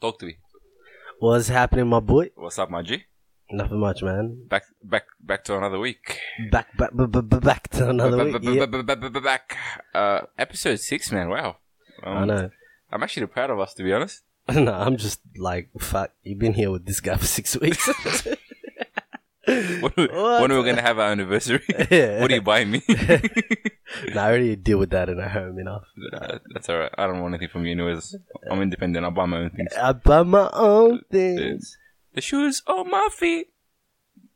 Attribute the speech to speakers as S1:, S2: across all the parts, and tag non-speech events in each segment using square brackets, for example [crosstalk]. S1: Talk to me.
S2: What's happening, my boy?
S1: What's up, my G?
S2: Nothing much, man.
S1: Back, back, back to another week.
S2: Back, back, b- b- b- back to another
S1: Ba-
S2: week.
S1: ba- ba-
S2: Yeah.
S1: ba- ba- ba- ba- Back. Uh, Episode six, man. Wow. Um,
S2: I know. [laughs]
S1: I'm actually proud of us, to be honest. [laughs]
S2: no, I'm just like, fuck, you've been here with this guy for six
S1: [laughs]
S2: weeks. [laughs]
S1: When, we,
S2: What?
S1: when we're gonna have our
S2: [laughs]
S1: anniversary?
S2: yeah.
S1: what are you buying me? [laughs]
S2: No, I already deal with that in a home enough.
S1: Uh, That's alright. I don't want anything from you, anyways. I'm independent. I buy my own things.
S2: I buy my own things.
S1: It's- the shoes on my feet.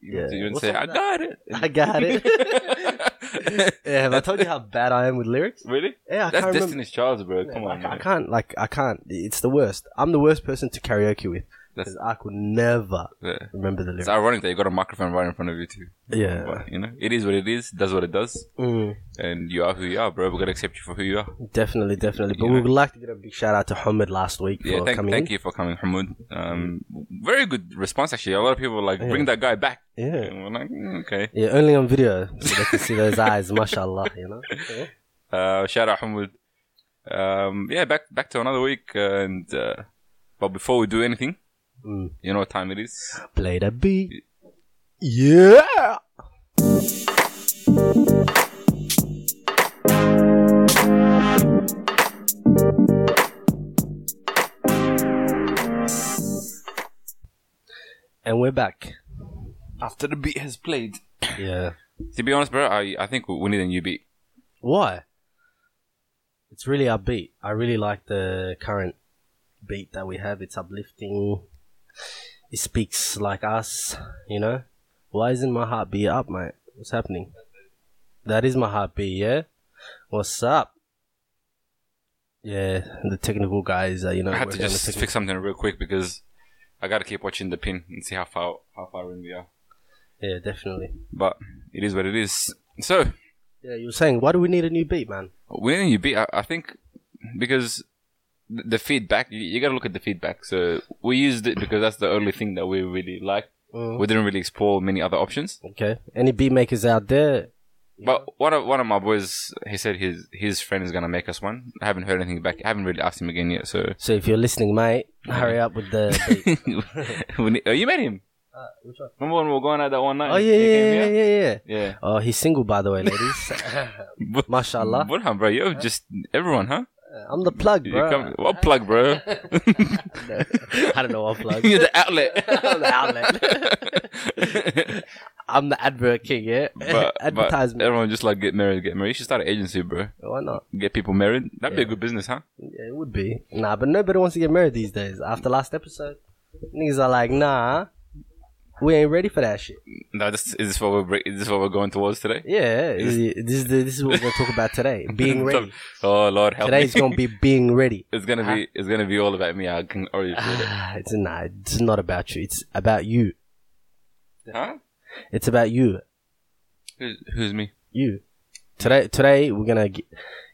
S1: You
S2: Yeah.
S1: you wouldn't
S2: What's
S1: say,
S2: up
S1: I
S2: with
S1: got it. [laughs]
S2: I got it. yeah, have I told you how bad I am with lyrics?
S1: really?
S2: Yeah, I
S1: That's
S2: can't remember.
S1: Destiny's Child, bro. Come on,
S2: I, I
S1: man.
S2: can't, like, I can't. It's the worst. I'm the worst person to karaoke with. Because
S1: That's-
S2: I could never
S1: Yeah.
S2: remember the lyrics.
S1: It's ironic that you got a microphone right in front of you too.
S2: Yeah.
S1: But, you know, it is what it is, does what it does,
S2: Mm.
S1: and you are who you are, bro. We gotta accept you for who you are.
S2: Definitely, definitely. But
S1: You
S2: we'd like to give a big shout out to Hamid last week for
S1: Yeah, thank,
S2: coming
S1: thank you for coming, Hamoud. Um, very good response actually. A lot of people were like bring that guy back.
S2: in. Yeah.
S1: And we're like, "Mm, okay.
S2: Yeah, only on video so they can see those eyes, mashallah, you know? Yeah.
S1: Uh, shout out Hamoud. Um, yeah, back back to another week, and uh, but before we do anything,
S2: Mm.
S1: you know what time it is.
S2: Play the beat. Yeah! And we're back.
S1: After the beat has played.
S2: Yeah.
S1: To be honest, bro, I I think we need a new beat.
S2: Why? It's really upbeat. I really like the current beat that we have. It's uplifting. It speaks like us, you know? Why isn't my heartbeat up, mate? What's happening? That is my heartbeat, yeah? What's up? Yeah, the technical guys, uh, you know,
S1: I had to
S2: working on the
S1: just
S2: technical-
S1: fix something real quick because I gotta keep watching the pin and see how far how far in we are.
S2: yeah, definitely.
S1: But it is what it is. So
S2: Yeah, you were saying, why do we need a new beat, man?
S1: when you beat, I, I think because th- the feedback you, you gotta look at the feedback. So we used it because that's the only thing that we really liked.
S2: Mm.
S1: We didn't really explore many other options.
S2: Okay, any beat makers out there?
S1: But one of one of my boys, he said his his friend is gonna make us one. I haven't heard anything back. I haven't really asked him again yet.
S2: [laughs]
S1: So [laughs]
S2: So if you're listening, mate, hurry up with the beat.
S1: We need- oh, you met him.
S2: Uh, which one?
S1: Remember when we were going out that one night?
S2: Oh yeah,
S1: He came
S2: yeah, yeah,
S1: here?
S2: yeah, yeah.
S1: yeah.
S2: Oh, he's single, by the way,
S1: [laughs]
S2: ladies.
S1: But-
S2: Mashallah.
S1: Burhan, bro, you're just everyone, huh?
S2: I'm the plug,
S1: You
S2: bro.
S1: come- what plug, bro?
S2: [laughs]
S1: [laughs]
S2: I don't know what plug.
S1: you're the
S2: [laughs]
S1: outlet. [laughs]
S2: I'm the outlet. I'm the advert king, yeah. [laughs]
S1: but, but
S2: Advertisement.
S1: everyone just like get married, get married. You should start an agency, bro.
S2: Why not?
S1: Get people married. That'd be a good business, huh?
S2: Yeah, it would be. Nah, but nobody wants to get married these days. After last episode, niggas are like, nah, we ain't ready for that shit.
S1: No, this is this what we're bre- is this what we're going towards today?
S2: Yeah, this is the- this is what we're gonna talk about
S1: [laughs]
S2: today. Being ready.
S1: oh Lord, help
S2: Today's
S1: me.
S2: gonna be being ready.
S1: [laughs] it's gonna be it's gonna be all about me. I can already feel it.
S2: Ah, it's nah, it's not about you. It's about you. [laughs]
S1: Huh?
S2: It's about you.
S1: Who's, who's me?
S2: you. Today, today we're gonna get,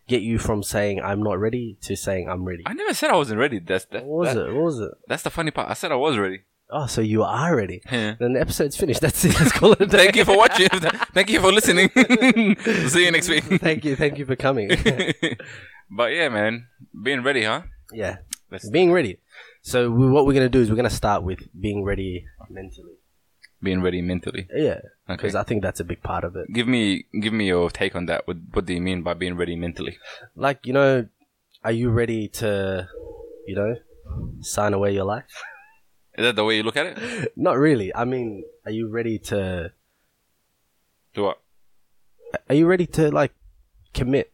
S2: get you from saying I'm not ready to saying I'm ready.
S1: I never said I wasn't ready. That's that,
S2: What was
S1: that-
S2: it? What was it?
S1: That's the funny part. I said I was ready.
S2: Oh, so you are ready.
S1: [laughs] Yeah.
S2: Then the episode's finished. That's it. Let's call it a day.
S1: [laughs] Thank you for watching. [laughs] Thank you for listening. [laughs] See you next
S2: [laughs]
S1: week. [laughs]
S2: [laughs] Thank you. Thank you for coming.
S1: but yeah, man, being ready, huh?
S2: yeah,
S1: Let's-
S2: being ready. So we, what we're gonna do is we're gonna start with being ready mentally.
S1: Being ready mentally.
S2: Yeah,
S1: Okay.
S2: because I think that's a big part of it.
S1: Give me, give me your take on that. What, what do you mean by being ready mentally?
S2: Like you know, are you ready to, you know, sign away your life? [laughs]
S1: Is that the way you look at it?
S2: Not really. I mean, are you ready to?
S1: Do what?
S2: Are you ready to like commit?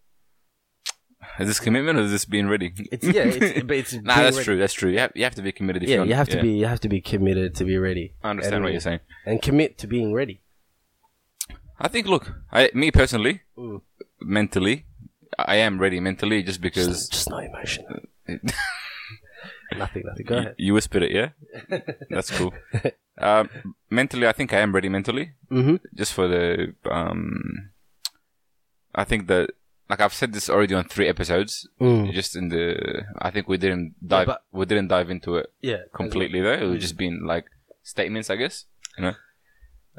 S1: Is this commitment or is this being ready?
S2: It's yeah,
S1: [laughs]
S2: it's, but it's
S1: Nah,
S2: being
S1: that's
S2: ready.
S1: true. That's true. You have, you have to be committed. If
S2: Yeah,
S1: you, want-
S2: you have to be you have to be committed to be ready
S1: I understand
S2: and-
S1: what you're saying.
S2: and commit to being ready.
S1: I think. Look, I, me personally,
S2: Mm.
S1: mentally, I am ready mentally just because
S2: Just, just
S1: [laughs]
S2: not emotional. nothing, nothing. Go
S1: you,
S2: ahead.
S1: you whispered it. Yeah,
S2: [laughs]
S1: that's cool. Um, mentally, I think I am ready mentally.
S2: Mm-hmm.
S1: just for the um I think that like I've said this already on three episodes.
S2: Mm.
S1: Just in the I think we didn't dive
S2: but-
S1: we didn't dive into it
S2: Yeah,
S1: completely though. It was
S2: [laughs]
S1: just been like statements, I guess. You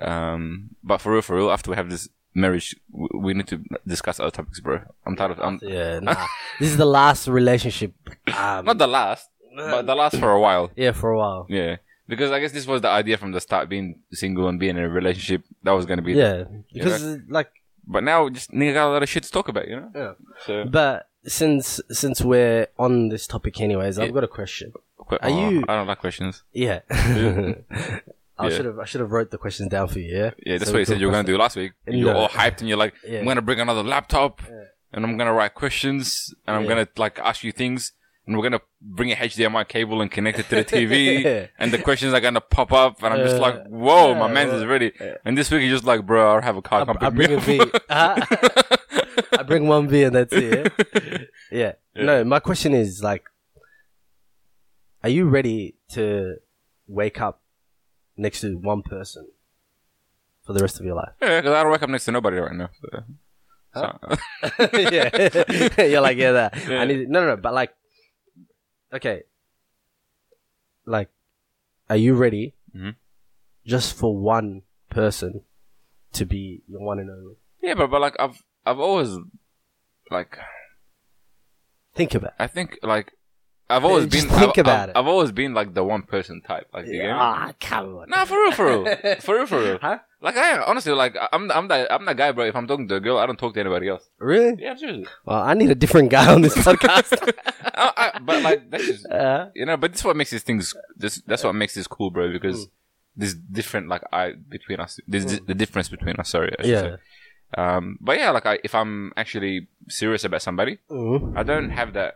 S1: know. Um but for real for real, after we have this marriage w- we need to discuss other topics, bro. I'm tired of I'm
S2: Yeah, nah. this is the last relationship. Um,
S1: not the last. but that lasts for a while.
S2: yeah, for a while.
S1: Yeah, because I guess this was the idea from the start, being single and being in a relationship. That was gonna be.
S2: Yeah, because uh, like,
S1: But now, just nigga got a lot of shit to talk about, you know.
S2: Yeah.
S1: So,
S2: but since since we're on this topic, anyways, I've
S1: Yeah.
S2: got a question.
S1: qu-
S2: Are
S1: oh,
S2: you-
S1: I don't like questions.
S2: Yeah, I
S1: Yeah.
S2: should have [laughs] I should have wrote the questions down for you. Yeah,
S1: Yeah, that's
S2: So
S1: what
S2: we
S1: you said
S2: could
S1: you were
S2: pass
S1: gonna do last week.
S2: No.
S1: You're all hyped and you're like,
S2: Yeah.
S1: I'm gonna bring another laptop
S2: Yeah.
S1: and I'm gonna write questions and I'm
S2: Yeah.
S1: gonna like ask you things and we're gonna bring a HDMI cable and connect it to the TV
S2: [laughs] Yeah.
S1: and the questions are gonna pop up and I'm just
S2: Uh,
S1: like, whoa, my
S2: yeah,
S1: man's
S2: well,
S1: is ready.
S2: yeah.
S1: And this week you're just like, bro, I have a car,
S2: I,
S1: come
S2: I
S1: pick
S2: bring
S1: me [laughs]
S2: a
S1: up.
S2: V. Uh, [laughs] I bring one V and that's it. [laughs] Yeah? yeah.
S1: Yeah.
S2: No, my question is like, are you ready to wake up next to one person for the rest of your life? [laughs]
S1: Yeah, because I don't wake up next to nobody right now. So. So-
S2: yeah, [laughs] you're like, yeah, that.
S1: Yeah.
S2: I need no, no, no, but like, okay, like, are you ready
S1: Mhm.
S2: just for one person to be your one and only?
S1: yeah, but, but like I've I've always like
S2: Think about it.
S1: I think like I've always
S2: Just
S1: been I've,
S2: think about
S1: I've-
S2: it.
S1: I've always been like the one person type. Like you get me?
S2: Ah, come on.
S1: Nah, for real, for
S2: [laughs]
S1: real, for real, for real.
S2: Huh?
S1: Like I honestly, like I- I'm, I'm that, I'm that guy, bro. If I'm talking to a girl, I don't talk to anybody else.
S2: Really?
S1: Yeah, seriously.
S2: Well, I need a different guy [laughs] on this podcast.
S1: [laughs] I, I, but like that's just,
S2: uh,
S1: you know, but this is what makes these things. This that's what makes this cool, bro.
S2: Hmm.
S1: Because there's different, like I between us. There's di- the difference between us. Sorry. I should
S2: [laughs] yeah.
S1: say. Um, but yeah, like I, if I'm actually serious about somebody,
S2: Mhm.
S1: I don't have that.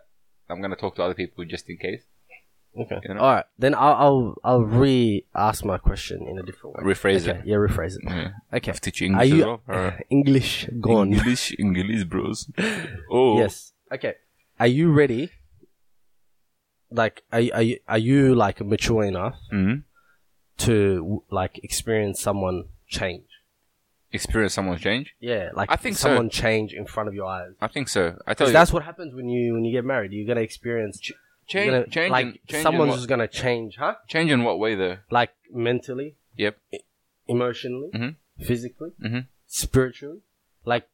S1: I'm gonna talk to other people just in case.
S2: Okay.
S1: You know?
S2: All right. Then I'll I'll, I'll re ask my question in a different way.
S1: Rephrase
S2: Okay.
S1: it.
S2: Yeah, rephrase it. Mm.
S1: Yeah.
S2: Okay.
S1: I've teach you
S2: Are
S1: English as
S2: you
S1: well.
S2: [laughs]
S1: bro.
S2: English gone?
S1: English, English, bros. Oh,
S2: Yes. Okay. Are you ready? Like, are you, are you, are you like mature enough
S1: hmm
S2: to like experience someone change?
S1: Experience someone change.
S2: Yeah, like
S1: I think so.
S2: someone change in front of your eyes.
S1: I think so. I tell
S2: 'Cause
S1: you,
S2: that's what happens when you when you get married. You're gonna experience you're
S1: change,
S2: gonna-
S1: change,
S2: like
S1: in, change, in
S2: someone's
S1: what,
S2: just gonna change, huh?
S1: change in what way though?
S2: Like mentally,
S1: Yep.
S2: emotionally,
S1: Mhm.
S2: physically,
S1: Mhm.
S2: spiritually. Like,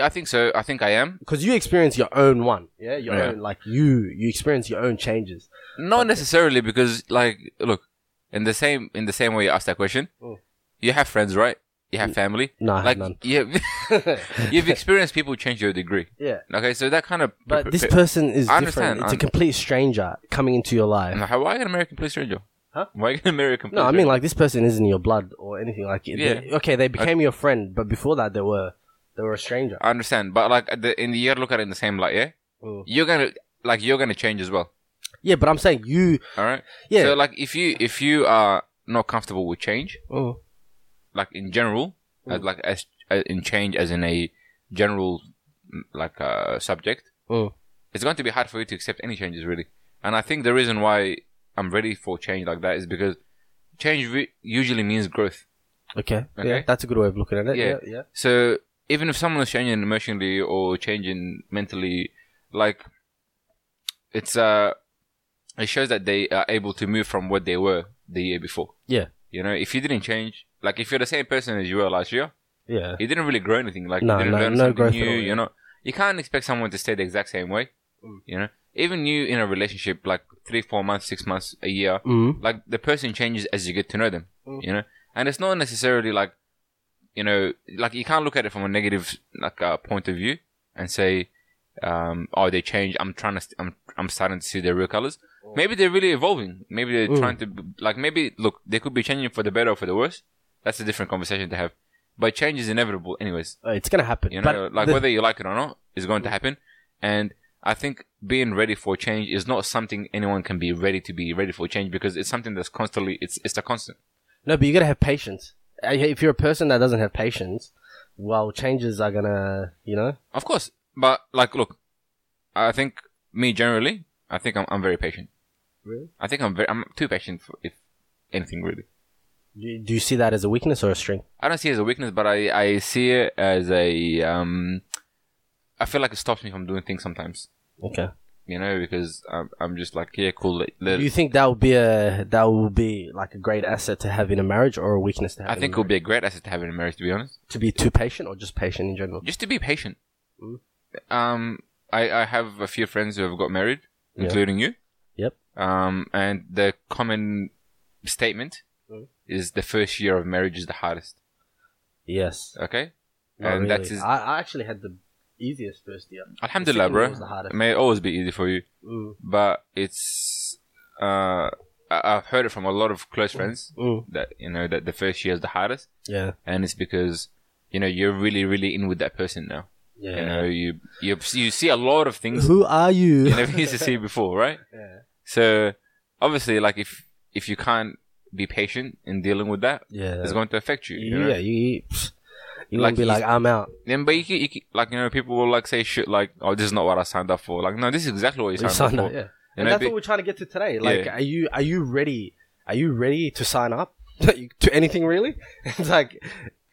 S1: I think so. I think I am.
S2: because you experience your own one, yeah, your
S1: Yeah.
S2: own like you you experience your own changes.
S1: Not necessarily because, like, look, in the same in the same way you asked that question,
S2: Mm.
S1: you have friends, right? You have family.
S2: No, I have
S1: like,
S2: none.
S1: you have, [laughs] you've experienced people change your degree.
S2: Yeah.
S1: Okay, so that kind of.
S2: But this person is
S1: I
S2: different.
S1: understand,
S2: It's a
S1: I'm-
S2: complete stranger coming into your life.
S1: How, why an American police ranger?
S2: Huh?
S1: Why an American?
S2: No,
S1: police
S2: I mean
S1: ranger?
S2: like this person isn't your blood or anything like it.
S1: Yeah.
S2: They- okay, they became your friend, but before that they were they were a stranger.
S1: I understand, but like at the, in the year, look at it in the same light. Yeah,
S2: Mm.
S1: you're gonna like you're gonna change as well.
S2: Yeah, but I'm saying you.
S1: All right.
S2: Yeah.
S1: So like if you if you are not comfortable with change,
S2: Mm.
S1: like in general, as like as uh, in change as in a general mm, like uh, subject,
S2: Mm.
S1: it's going to be hard for you to accept any changes really. And I think the reason why I'm ready for change like that is because change re- usually means growth.
S2: Okay. Yeah,
S1: Okay.
S2: that's a good way of looking at it. Yeah,
S1: Yeah.
S2: yeah.
S1: So even if someone is changing emotionally or changing mentally, like it's uh it shows that they are able to move from what they were the year before.
S2: Yeah.
S1: You know, if you didn't change, like if you're the same person as you were last year,
S2: Yeah.
S1: you didn't really grow anything. Like
S2: No,
S1: you didn't
S2: no-
S1: learn
S2: no
S1: something
S2: growth at
S1: new.
S2: all, yeah.
S1: You know, you can't expect someone to stay the exact same way.
S2: Mm.
S1: You know, even you in a relationship, like three, four months, six months, a year,
S2: Mm.
S1: like the person changes as you get to know them.
S2: Mm.
S1: You know, and it's not necessarily like, you know, like you can't look at it from a negative like uh, point of view and say, um, oh, they changed. I'm trying to, st- I'm, I'm starting to see their real colors. Maybe they're really evolving. Maybe they're
S2: Mm.
S1: trying to, b- like, maybe look, they could be changing for the better or for the worse. That's a different conversation to have. But change is inevitable, anyways.
S2: Uh, It's gonna happen.
S1: You know,
S2: but
S1: like
S2: the-
S1: whether you like it or not, is going to happen. And I think being ready for change is not something anyone can be ready to be ready for change because it's something that's constantly it's it's a constant.
S2: no, but you gotta have patience. Uh, If you're a person that doesn't have patience, well, changes are gonna, you know.
S1: Of course. But like look, I think me generally, I think I'm I'm very patient.
S2: Really?
S1: I think I'm very I'm too patient for if anything really.
S2: Do do you see that as a weakness or a strength?
S1: I don't see it as a weakness, but I, I see it as a um I feel like it stops me from doing things sometimes.
S2: Okay.
S1: You know, because I'm, I'm just like, yeah, cool. Let, let,
S2: Do you think that would be a that would be like a great asset to have in a marriage or a weakness to have?
S1: I
S2: in
S1: think
S2: a
S1: it would be a great asset to have in a marriage, to be honest.
S2: to be too patient or just patient in general?
S1: just to be patient.
S2: Mm.
S1: Um, I, I have a few friends who have got married,
S2: Yeah.
S1: including you.
S2: Yep.
S1: Um, and the common statement
S2: Mm.
S1: is the first year of marriage is the hardest.
S2: Yes.
S1: Okay?
S2: Not
S1: and
S2: really.
S1: that's his.
S2: I, I actually had the easiest first year.
S1: Alhamdulillah,
S2: second
S1: bro.
S2: one was the hardest.
S1: May it always be easy for you.
S2: Mm.
S1: But it's. Uh, I- I've heard it from a lot of close friends
S2: Mm.
S1: that, you know, that the first year is the hardest.
S2: Yeah.
S1: And it's because, you know, you're really, really in with that person now.
S2: Yeah.
S1: You know, you, you, you see a lot of things
S2: Who are you?
S1: you never used to see before, right?
S2: [laughs] Yeah.
S1: So obviously, like if if you can't be patient in dealing with that,
S2: Yeah.
S1: it's going to affect you.
S2: you,
S1: you know?
S2: yeah. You. You, pfft, you
S1: Like
S2: won't be
S1: he's-
S2: like I'm out.
S1: Then, but you, can, you can, like you know, people will like say shit like, "Oh, this is not what I signed up for." Like, no, this is exactly what you signed,
S2: Sign
S1: up
S2: up,
S1: for.
S2: yeah.
S1: You
S2: And
S1: know,
S2: that's
S1: be-
S2: what we're trying to get to today. Like,
S1: Yeah.
S2: are you are you ready? Are you ready to sign up [laughs] to anything really? [laughs] it's like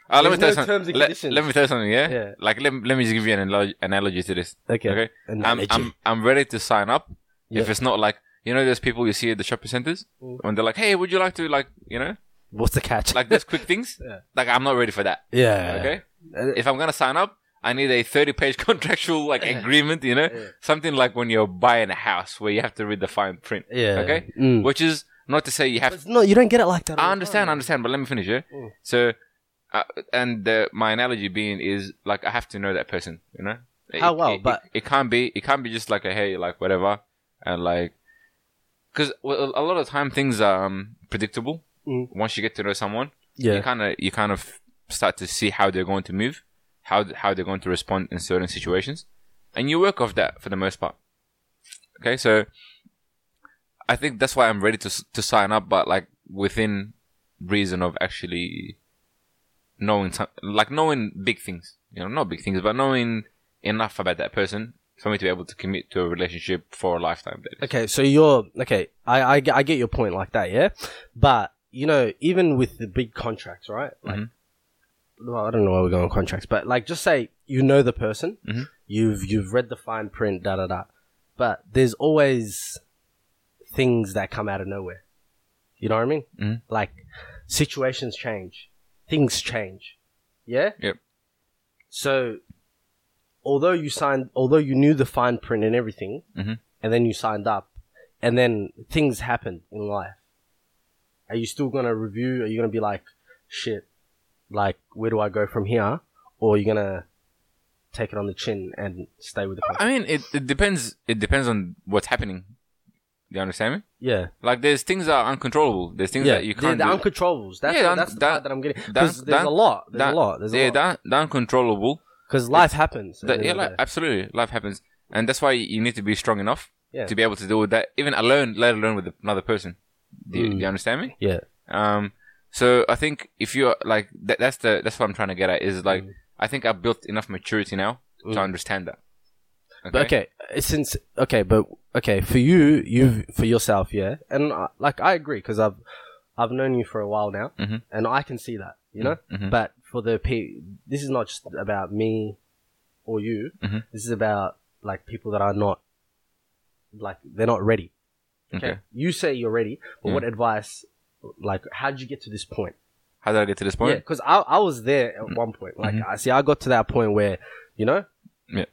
S1: Ah, let me
S2: there's
S1: tell you
S2: no
S1: something.
S2: terms and
S1: let,
S2: conditions.
S1: let me tell you something. Yeah.
S2: Yeah.
S1: Like let, me- let me just give you an analo- analogy to this.
S2: okay,
S1: Okay. I'm,
S2: analogy.
S1: I'm I'm ready to sign up if
S2: Yeah.
S1: it's not like you know there's people you see at the shopping centers
S2: Mm.
S1: when they're like, "Hey, would you like to like you know
S2: What's the catch? [laughs]
S1: like those quick things?"
S2: Yeah.
S1: Like I'm not ready for that.
S2: yeah.
S1: Okay.
S2: Uh,
S1: if I'm gonna sign up, I need a 30 page [laughs] contractual like agreement, you know,
S2: Yeah.
S1: something like when you're buying a house where you have to read the fine print.
S2: Yeah.
S1: Okay,
S2: Mm.
S1: which is not to say you have.
S2: It's not. You don't get it like that. all
S1: I
S2: the
S1: understand, I
S2: time.
S1: understand, but let me finish. Yeah.
S2: Mm.
S1: So, uh, and uh, my analogy being is like I have to know that person, you know. It-
S2: How well,
S1: it-
S2: but-
S1: it, it can't be. It can't be just like a hey, like whatever, and like because well, a lot of time things are um, predictable.
S2: Mm.
S1: Once you get to know someone you
S2: Yeah.
S1: kind of you kind of start to see how they're going to move, how how they're going to respond in certain situations, and you work off that for the most part. Okay, so I think that's why I'm ready to s- to sign up, but like within reason of actually knowing some, like knowing big things, you know, not big things, but knowing enough about that person for me to be able to commit to a relationship for a lifetime. that is.
S2: Okay. So you're okay. I, I ge- I get your point like that. Yeah. But you know, even with the big contracts, right? Like,
S1: Mhm.
S2: well, I don't know where we're going with contracts, but like, just say you know the person.
S1: Mhm.
S2: You've you've read the fine print. Da da da. But there's always things that come out of nowhere. You know what I mean?
S1: Mhm.
S2: Like situations change, things change. Yeah.
S1: Yep.
S2: So, although you signed, although you knew the fine print and everything,
S1: Mhm.
S2: and then you signed up, and then things happened in life. Are you still gonna review? Are you gonna be like, shit, like where do I go from here? Or are you gonna take it on the chin and stay with the
S1: I mean, it, it depends. It depends on what's happening. You understand me?
S2: yeah?
S1: Like there's things that are uncontrollable. There's things that you
S2: the-
S1: can't.
S2: the,
S1: do.
S2: uncontrollables. That's,
S1: Yeah, the un-
S2: that's the
S1: that-
S2: part that I'm getting.
S1: that-
S2: Because there's
S1: that-
S2: a lot. There's
S1: that-
S2: a lot. There's
S1: yeah,
S2: a lot.
S1: that the uncontrollable.
S2: Because life happens.
S1: That, yeah, like, absolutely, life happens, and that's why you need to be strong enough
S2: Yeah.
S1: to be able to deal with that, even alone, let alone with another person. Do you,
S2: Mm.
S1: do you understand me?
S2: yeah.
S1: Um, so I think if you're like that, that's the that's what I'm trying to get at is like I think I've built enough maturity now
S2: Mm.
S1: to understand that.
S2: But okay, uh, since okay, but okay for you, you for yourself, yeah, and uh, like I agree because I've I've known you for a while now,
S1: Mhm.
S2: and I can see that, you know.
S1: Mhm.
S2: But for the pe- this is not just about me or you.
S1: Mhm.
S2: This is about like people that are not like they're not ready. Okay,
S1: Okay.
S2: you say you're ready, but
S1: Yeah.
S2: what advice? Like, how did you get to this point?
S1: How did I get to this
S2: Yeah,
S1: point? Mm-hmm.
S2: because I, I was there at one point. Like, I see, I got to that point where, you know,
S1: Yeah.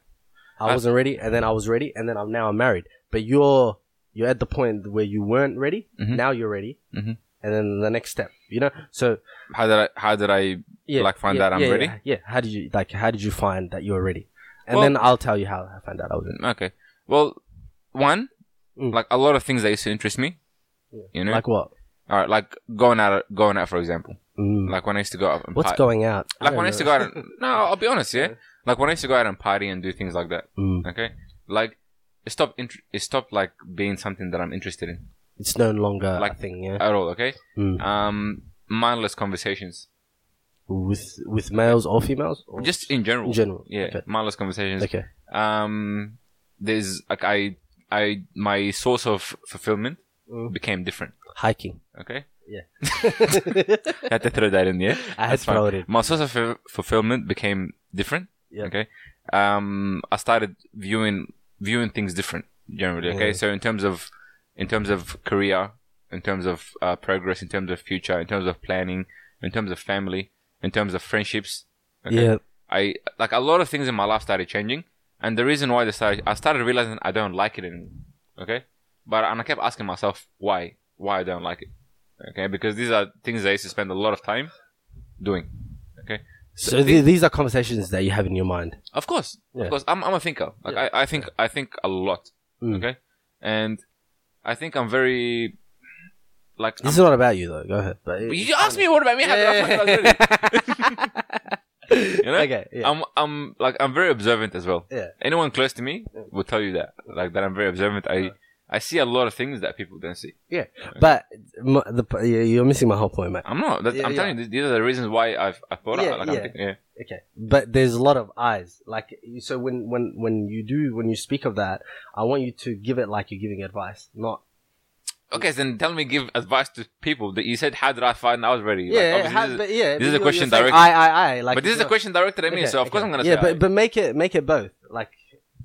S2: I
S1: I-
S2: wasn't ready, and then I was ready, and then I'm now I'm married. But you're you're at the point where you weren't ready.
S1: Mhm.
S2: Now you're ready,
S1: Mhm.
S2: and then the next step, you know. So
S1: How did I how did I
S2: yeah,
S1: Like, find
S2: yeah,
S1: out I'm
S2: yeah,
S1: ready?
S2: Yeah, yeah. how did you like? How did you find that you're ready? And
S1: Well-
S2: then I'll tell you how I found out I was ready.
S1: Okay. Well, one,
S2: Mm.
S1: like a lot of things that used to interest me.
S2: Yeah.
S1: You know,
S2: Like what?
S1: all right, like going out, going out, for example.
S2: Mm.
S1: Like when I used to go out and
S2: What's
S1: party.
S2: going out? I
S1: like
S2: don't
S1: when I used to
S2: know.
S1: go out. And, no, I'll be honest. Yeah, like when I used to go out and party and do things like that.
S2: Mm.
S1: Okay, like it stopped. Int- it stopped like being something that I'm interested in
S2: It's no longer
S1: Like- uh,
S2: a thing. Yeah.
S1: at all. Okay.
S2: Mm.
S1: Um, mindless conversations,
S2: With with males or females? Or
S1: just in general.
S2: in general.
S1: Yeah,
S2: Okay.
S1: mindless conversations.
S2: Okay.
S1: Um, there's like I, I, my source of fulfillment
S2: Mm.
S1: became different.
S2: [laughs] Hiking.
S1: Okay.
S2: I
S1: I had to throw that in, yeah.
S2: had
S1: That's fine.
S2: floated.
S1: My source of fu- fulfillment became different.
S2: Yeah.
S1: Okay. Um, I started viewing viewing things different generally. Okay.
S2: Yeah.
S1: So in terms of in terms of career, in terms of uh, progress, in terms of future, in terms of planning, in terms of family, in terms of friendships. Okay.
S2: Yeah.
S1: I like a lot of things in my life started changing, and the reason why they started, I started realizing I don't like it anymore. Okay. But and I kept asking myself why, why I don't like it. Okay, because these are things I used to spend a lot of time doing. Okay,
S2: So th- these are conversations that you have in your mind.
S1: of course,
S2: Yeah.
S1: of course, I'm, I'm a thinker. Like
S2: Yeah.
S1: I, I think I think a lot.
S2: Mm.
S1: Okay, and I think I'm very like.
S2: This is not about you though. Go ahead. But
S1: I'm- you asked me what about me? How did I find out really?
S2: [laughs]
S1: [laughs] You know?
S2: Okay. Yeah.
S1: I'm I'm like I'm very observant as well.
S2: Yeah.
S1: Anyone close to me will tell you that. Like that I'm very observant. I I see a lot of things that people don't see.
S2: yeah. But m- the, p- you- you're missing my whole point, mate.
S1: I'm not. That,
S2: Yeah,
S1: I'm
S2: yeah.
S1: telling you, these are the reasons why I've I thought
S2: Yeah,
S1: like
S2: yeah.
S1: I'm thinking, yeah.
S2: Okay. But there's a lot of eyes. Like you- so when when when you do when you speak of that, I want you to give it like you're giving advice, not
S1: Okay, so then tell me, give advice to people that you said. How did I find out already? Like,
S2: yeah.
S1: obviously
S2: how-
S1: this is-
S2: but yeah.
S1: this
S2: but
S1: is a
S2: you're-
S1: question
S2: you're saying
S1: direct-
S2: I I I. Like
S1: but this is
S2: you're-
S1: a question directed at me,
S2: Okay,
S1: so of course
S2: okay.
S1: I'm gonna
S2: yeah,
S1: say.
S2: but but make it make it both. Like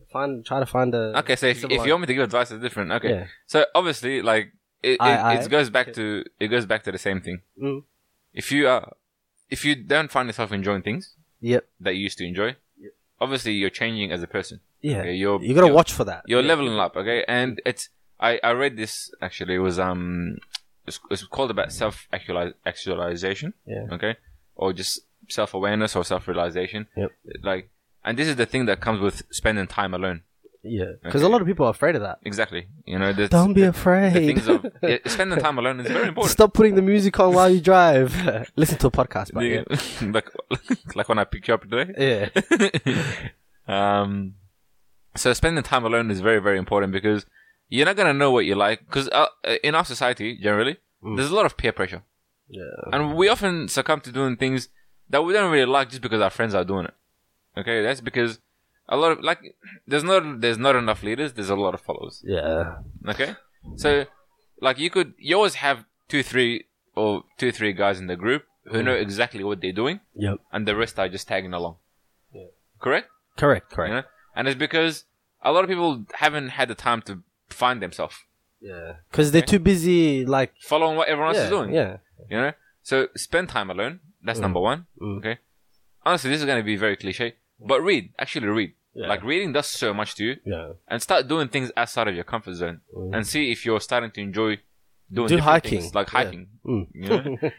S2: find try to find a
S1: okay, so if,
S2: silver
S1: if you want me to give advice, it's different. Okay,
S2: Yeah.
S1: so obviously, like it,
S2: I-
S1: it,
S2: I-
S1: it goes back to it goes back to the same thing.
S2: Mm.
S1: If you uh, if you don't find yourself enjoying things
S2: Yep.
S1: that you used to enjoy, obviously you're changing as a person.
S2: Yeah.
S1: Okay, you're
S2: you gotta
S1: you're-
S2: watch for that.
S1: You're
S2: Yeah.
S1: leveling up, okay? And it's I I read this actually. It was um, it's, it's called about self actualization.
S2: Yeah.
S1: Okay. Or just self awareness or self realization.
S2: Yep.
S1: Like, and this is the thing that comes with spending time alone.
S2: Yeah. Because a
S1: Okay.
S2: lot of people are afraid of that.
S1: Exactly. You know, the,
S2: Don't be
S1: the, the
S2: afraid. [laughs]
S1: things of yeah, spending time alone is very important.
S2: Stop putting the music on while you drive. [laughs] Listen to a podcast, but yeah.
S1: [laughs] like, like when I picked you up today.
S2: yeah.
S1: [laughs] um, so spending time alone is very, very important because you're not gonna know what you like. Because uh, in our society, generally, there's a lot of peer pressure,
S2: Yeah.
S1: and we often succumb to doing things that we don't really like just because our friends are doing it. Okay, that's because a lot of like there's not there's not enough leaders. There's a lot of followers.
S2: Yeah.
S1: Okay, so like you could you always have two, three or two, three guys in the group who know exactly what they're doing,
S2: Yep.
S1: and the rest are just tagging along. Correct.
S2: Correct.
S1: You
S2: Correct.
S1: know? And it's because a lot of people haven't had the time to find themselves,
S2: Yeah. Because they're too busy. Like.
S1: following what everyone else
S2: yeah,
S1: is doing.
S2: Yeah.
S1: You know? So spend time alone. That's number one.
S2: Mm.
S1: Okay. Honestly, this is going to be very cliche, but read. Actually, read.
S2: Yeah.
S1: Like, reading does so much to you.
S2: Yeah.
S1: And start doing things outside of your comfort zone and see if you're starting to enjoy doing
S2: Mm. Do
S1: different
S2: hiking.
S1: things, like
S2: Yeah.
S1: hiking.
S2: Mm.
S1: You,
S2: [laughs]
S1: know?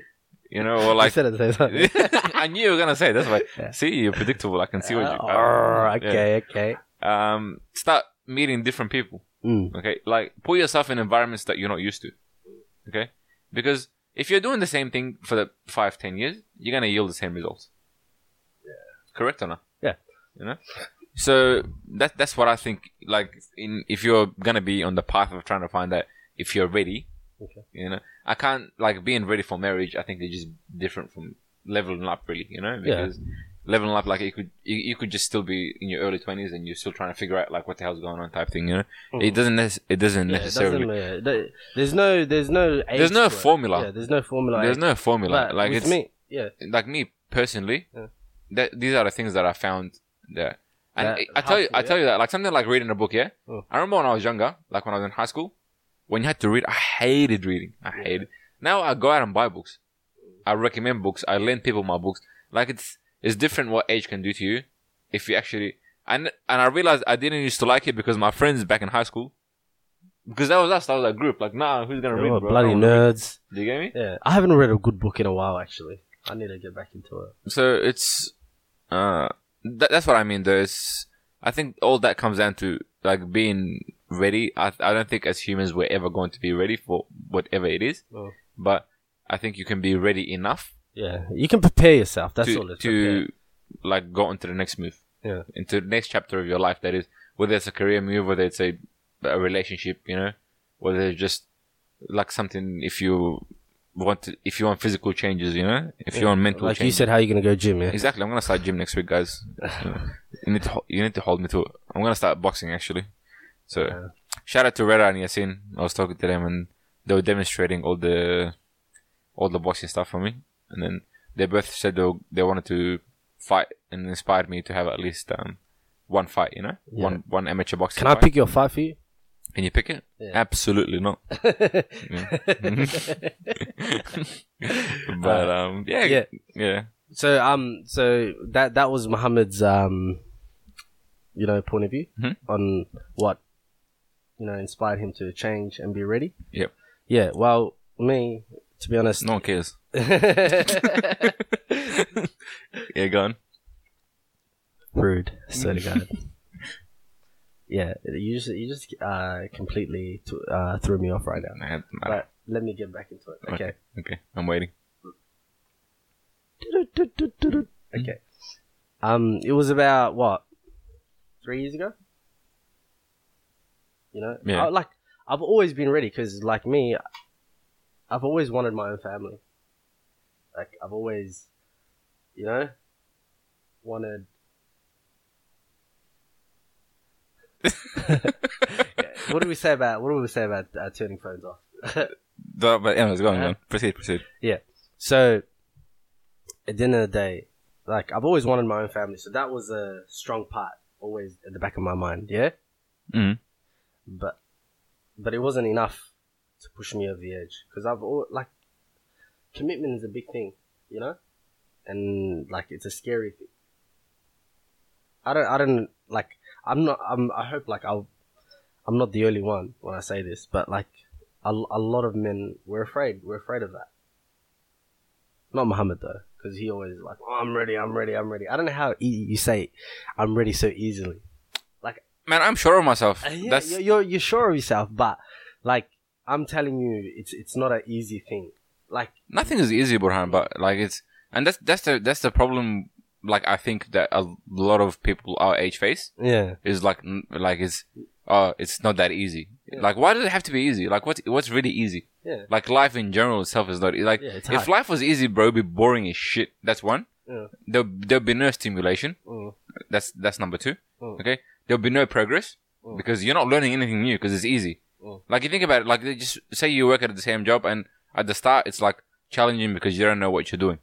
S1: you know, or
S2: I
S1: like.
S2: said it at the
S1: [laughs]
S2: same time.
S1: I knew you were going to say it, That's why. See, you're predictable. I can see what you.
S2: Arr,
S1: Yeah.
S2: Oh, Uh, okay. Okay.
S1: Um, start meeting different people.
S2: Mm.
S1: Okay, like put yourself in environments that you're not used to. Okay, because if you're doing the same thing for the five, ten years, you're gonna yield the same results. Yeah. Correct or not?
S2: Yeah.
S1: You know. So that that's what I think. Like, in if you're gonna be on the path of trying to find out if you're ready,
S2: Okay.
S1: you know, I can't like being ready for marriage. I think they're just different from leveling up, really. You know,
S2: Yeah.
S1: because leveling up, like you could you, you could just still be in your early twenties and you're still trying to figure out like what the hell's going on type thing. You know, it doesn't nec- it doesn't [laughs]
S2: Mm. Yeah, it doesn't
S1: necessarily.
S2: matter. There- There's no. There's no. Age
S1: There's no
S2: to it.
S1: formula.
S2: Yeah. There's no formula.
S1: There's no formula.
S2: But
S1: like
S2: with
S1: it's
S2: me. Yeah.
S1: like me personally.
S2: Yeah.
S1: That these are the things that I found there. And
S2: That
S1: it- I tell you,
S2: helpful,
S1: I tell you that like something like reading a book. Yeah,
S2: Oh.
S1: I remember when I was younger, like when I was in high school, when you had to read, I hated reading. I hated. Now I go out and buy books. I recommend books. I lend people my books. Like it's it's different what age can do to you if you actually and and I realized I didn't used to like it because my friends back in high school. Because that was us, that was a group. Like, nah, who's gonna read?
S2: Oh,
S1: bro?
S2: bloody
S1: I don't wanna
S2: nerds.
S1: read. Do you get me?
S2: Yeah, I haven't read a good book in a while actually. I need to get back into it.
S1: so it's uh that, that's what i mean though it's i think all that comes down to like being ready I, I don't think as humans we're ever going to be ready for whatever it is
S2: Oh.
S1: but i think you can be ready enough
S2: Yeah, you can prepare yourself. That's all.
S1: to,
S2: It's
S1: to like go on to the next move
S2: prepare.
S1: into the next chapter of your life that is whether it's a career move whether it's a, a relationship you know whether it's just like something if you want to, if you want physical changes you know if you want
S2: yeah,
S1: mental
S2: like you
S1: changes
S2: said, how you gonna go gym? Yeah,
S1: Exactly. I'm gonna start gym next week, guys. you need to ho- you need to hold me to it. I'm gonna start boxing actually. So shout out to Reda and Yasin. I was talking to them and they were demonstrating all the all the boxing stuff for me. And then they both said they, were- they wanted to fight and inspired me to have at least um one fight. You know, one one amateur boxing.
S2: can I
S1: fight.
S2: pick your fight
S1: [laughs]
S2: for you? [laughs]
S1: Can you pick it? Absolutely not. but um yeah
S2: Yeah.
S1: yeah yeah.
S2: So um, so that that was
S1: Mm-hmm.
S2: Muhammad's um, you know, point of view
S1: Mhm.
S2: on what you know, inspired him to change and be ready.
S1: Yep.
S2: Yeah. Well, me, to be honest,
S1: No one cares. [laughs] Yeah, go on.
S2: rude.
S1: [laughs]
S2: Swear to God. yeah, you just you just uh, completely t- uh, threw me off right now.
S1: Nah, doesn't matter.
S2: But let me get back into it. Okay.
S1: Okay, I'm waiting. [laughs]
S2: Okay. [laughs] Um, it was about what three years ago. You know,
S1: Yeah.
S2: I- like I've always been ready because, like me, I've always wanted my own family. Like I've always, you know, wanted. Yeah, What do we say about what do we say about uh, turning phones off?
S1: But, but anyways, go on, go
S2: Uh-huh.
S1: on. Proceed, proceid.
S2: So, at the end of the day, like I've always wanted my own family, so that was a strong part always at the back of my mind. Yeah,
S1: Mm.
S2: but but it wasn't enough to push me over the edge because I've al like commitment is a big thing, you know, and like it's a scary thing. I don't, I don't like. I'm not. I'm. I hope like I'll. I'm not the only one when I say this, but like a, a lot of men, we're afraid. We're afraid of that. Not Muhammad though, because he always like, oh, I'm ready, I'm ready, I'm ready. I don't know how e- you say, I'm ready so easily.
S1: Man, I'm sure of myself.
S2: Uh, yeah,
S1: That's
S2: you're, you're you're sure of yourself, but like I'm telling you, it's it's not an easy thing. Like
S1: nothing is easy, Burhan. But like it's and that's that's the that's the problem. Like I think that a lot of people our age face
S2: yeah,
S1: is like n- like it's uh it's not that easy.
S2: Yeah.
S1: Like why does it have to be easy? Like what's what's really easy?
S2: yeah,
S1: Like life in general itself is not e, like
S2: Yeah, it's
S1: if
S2: hard.
S1: life was easy, bro, it'd be boring as shit. That's one.
S2: yeah.
S1: There there'll be no stimulation.
S2: Mm,
S1: That's that's number two.
S2: mm,
S1: Okay, there'll be no progress
S2: Mm.
S1: because you're not learning anything new because it's easy.
S2: Mm.
S1: Like you think about it, like they just say you work at the same job, and at the start it's like challenging because you don't know what you're doing,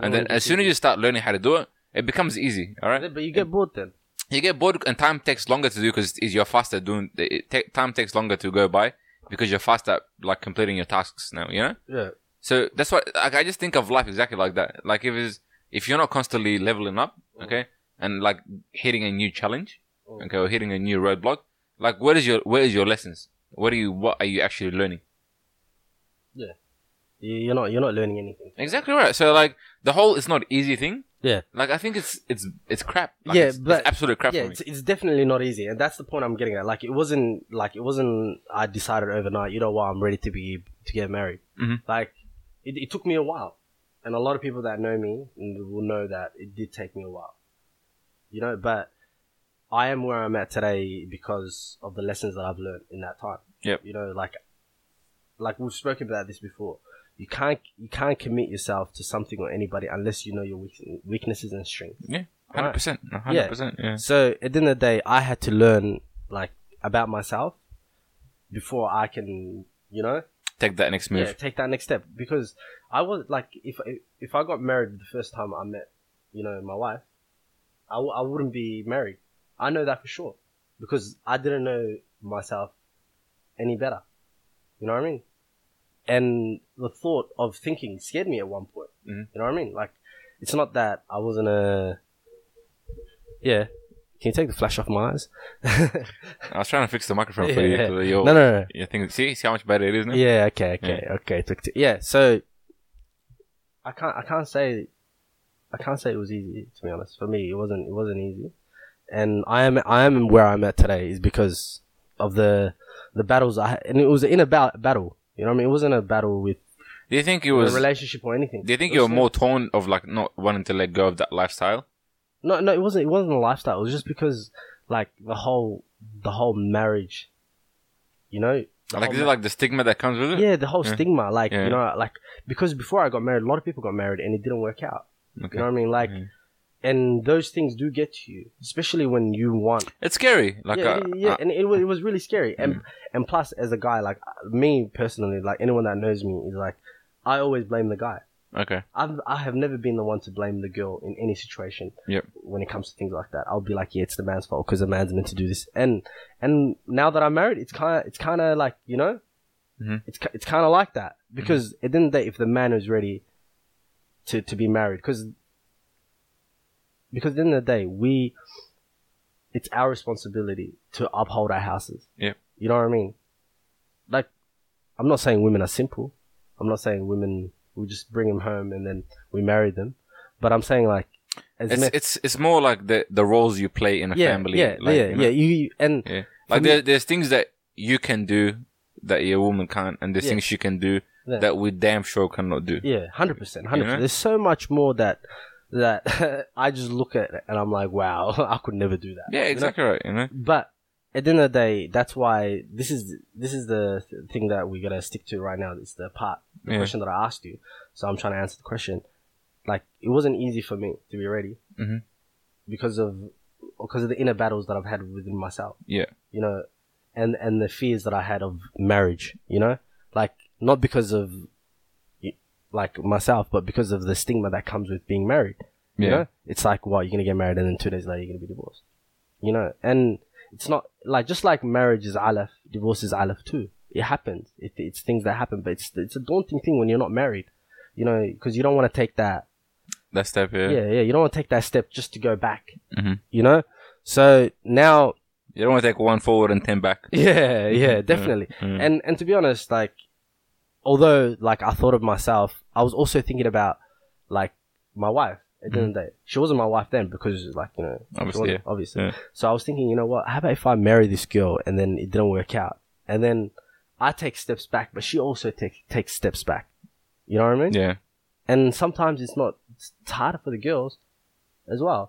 S1: and, then as soon as you start learning how to do it, it becomes easy. All right,
S2: but you get bored then.
S1: you get bored, and time takes longer to do because it's you're faster doing. It ta- time takes longer to go by because you're faster at, like completing your tasks now. You know,
S2: Yeah,
S1: so that's what like, I just think of life exactly like that. Like if it's, if you're not constantly leveling up, okay, and like hitting a new challenge,
S2: Mm.
S1: okay, or hitting a new roadblock, like where is your where is your lessons? What are you what are you actually learning?
S2: You- you're not you're not learning anything.
S1: Exactly right. So like the whole it's not easy thing.
S2: Yeah.
S1: Like I think it's it's it's crap. Like,
S2: Yeah,
S1: it's, it's
S2: but-
S1: absolute crap
S2: Yeah,
S1: for me.
S2: it's, it's definitely not easy, and that's the point I'm getting at. Like it wasn't like it wasn't. I decided overnight. You know what? I'm ready to be to get married.
S1: Mhm.
S2: Like it, it took me a while, and a lot of people that know me will know that it did take me a while. You know, but I am where I'm at today because of the lessons that I've learned in that time.
S1: Yep.
S2: You know, like like we've spoken about this before. You can't you can't commit yourself to something or anybody unless you know your weak- weaknesses and strengths.
S1: Hundred percent.
S2: Yeah.
S1: Hundred percent. Yeah.
S2: So at the end of the day, I had to learn like about myself before I can, you know,
S1: Take that next
S2: yeah,
S1: move.
S2: take that next step. Because I was like, if if I got married the first time I met, you know, my wife, I, w- I wouldn't be married. I know that for sure because I didn't know myself any better. You know what I mean? And the thought of thinking scared me at one point.
S1: Mhm.
S2: You know what I mean? Like, it's not that I wasn't a. Yeah. Can you take the flash off my eyes? [laughs]
S1: I was trying to fix the microphone for you.
S2: Yeah.
S1: for your-
S2: no, no, no.
S1: your thing. See, see how much better it is now.
S2: Yeah. Okay. Okay. Okay. Took t- yeah. So I can't. I can't say. I can't say it was easy. To be honest, for me, it wasn't. It wasn't easy. And I am. I am where I'm at today is because of the the battles I had, and it was in a ba- battle. You know what I mean? It wasn't a battle with
S1: Do you think it
S2: a
S1: was?
S2: relationship or anything.
S1: Do you think
S2: It
S1: you were
S2: was-
S1: more torn of like not wanting to let go of that lifestyle?
S2: No, no, it wasn't. It wasn't a lifestyle. It was just because, like, the whole, the whole marriage. You know, the
S1: Like
S2: whole
S1: is it
S2: ma-
S1: like the stigma that comes with it?
S2: yeah, the whole
S1: Yeah.
S2: stigma, like
S1: Yeah.
S2: you know, like because before I got married, a lot of people got married and it didn't work out.
S1: Okay.
S2: You know what I mean? Like,
S1: Yeah.
S2: and those things do get to you, especially when you want.
S1: It's scary. Like
S2: yeah,
S1: uh,
S2: yeah, yeah,
S1: uh, Mm.
S2: and it, wa- it was really scary. And and plus, as a guy, like uh, me personally, like anyone that knows me is like, I always blame the guy.
S1: uh, okay.
S2: I've I have never been the one to blame the girl in any situation.
S1: Yep.
S2: When it comes to things like that, I'll be like, yeah, it's the man's fault because the man's meant to do this. And and now that I'm married, it's kind of it's kind of like you know,
S1: Mhm.
S2: it's ki- it's kind of like that because at the end of the day, if the man is ready to to be married, because because at the end of the day, we it's our responsibility to uphold our houses.
S1: Yep.
S2: You know what I mean? Like, I'm not saying women are simple. I'm not saying women. We just bring them home and then we marry them. But I'm saying like, as
S1: It's
S2: men-
S1: it's it's more like the the roles you play in a
S2: yeah,
S1: family.
S2: yeah,
S1: like,
S2: yeah,
S1: you know?
S2: yeah. You, you- and
S1: Yeah. Like there, there's things that you can do that your woman can't, and there's
S2: Yeah.
S1: things she can do
S2: Yeah.
S1: that we damn sure cannot do.
S2: Yeah, hundred percent, hundred
S1: know?
S2: percent. There's so much more that that [laughs] I just look at it and I'm like, wow, [laughs] I could never do that.
S1: Yeah,
S2: you know?
S1: exactly right. You know.
S2: But at the end of the day, that's why this is this is the th- thing that we gotta stick to right now. It's the part, the
S1: Yeah.
S2: question that I asked you. So I'm trying to answer the question. Like it wasn't easy for me to be ready
S1: Mhm.
S2: because of because of the inner battles that I've had within myself
S1: Yeah.
S2: you know, and and the fears that I had of marriage, you know, like not because of y- like myself, but because of the stigma that comes with being married. You
S1: Yeah.
S2: know, it's like, well, you're gonna get married, and then two days later you're gonna be divorced. You know, and it's not like just like marriage is alif, divorce is alif too. It happens. It, it's things that happen, but it's it's a daunting thing when you're not married. You know, because you don't want to take that
S1: That step. Yeah.
S2: yeah, yeah. You don't want to take that step just to go back.
S1: Mhm.
S2: You know. So now
S1: You don't want to take one forward and ten back.
S2: yeah,
S1: Mm-hmm.
S2: yeah, definitely.
S1: mm.
S2: And and to be honest, like although like I thought of myself, I was also thinking about like my wife at the end of the day. She wasn't my wife then because like, you know, she
S1: Mm. Obviously,
S2: wasn't-
S1: yeah.
S2: obviously.
S1: Yeah.
S2: So I was thinking, you know what, how about if I marry this girl and then it didn't work out? And then I take steps back, but she also takes takes steps back. You know what I mean?
S1: Yeah.
S2: And sometimes it's not it's it's harder for the girls as well.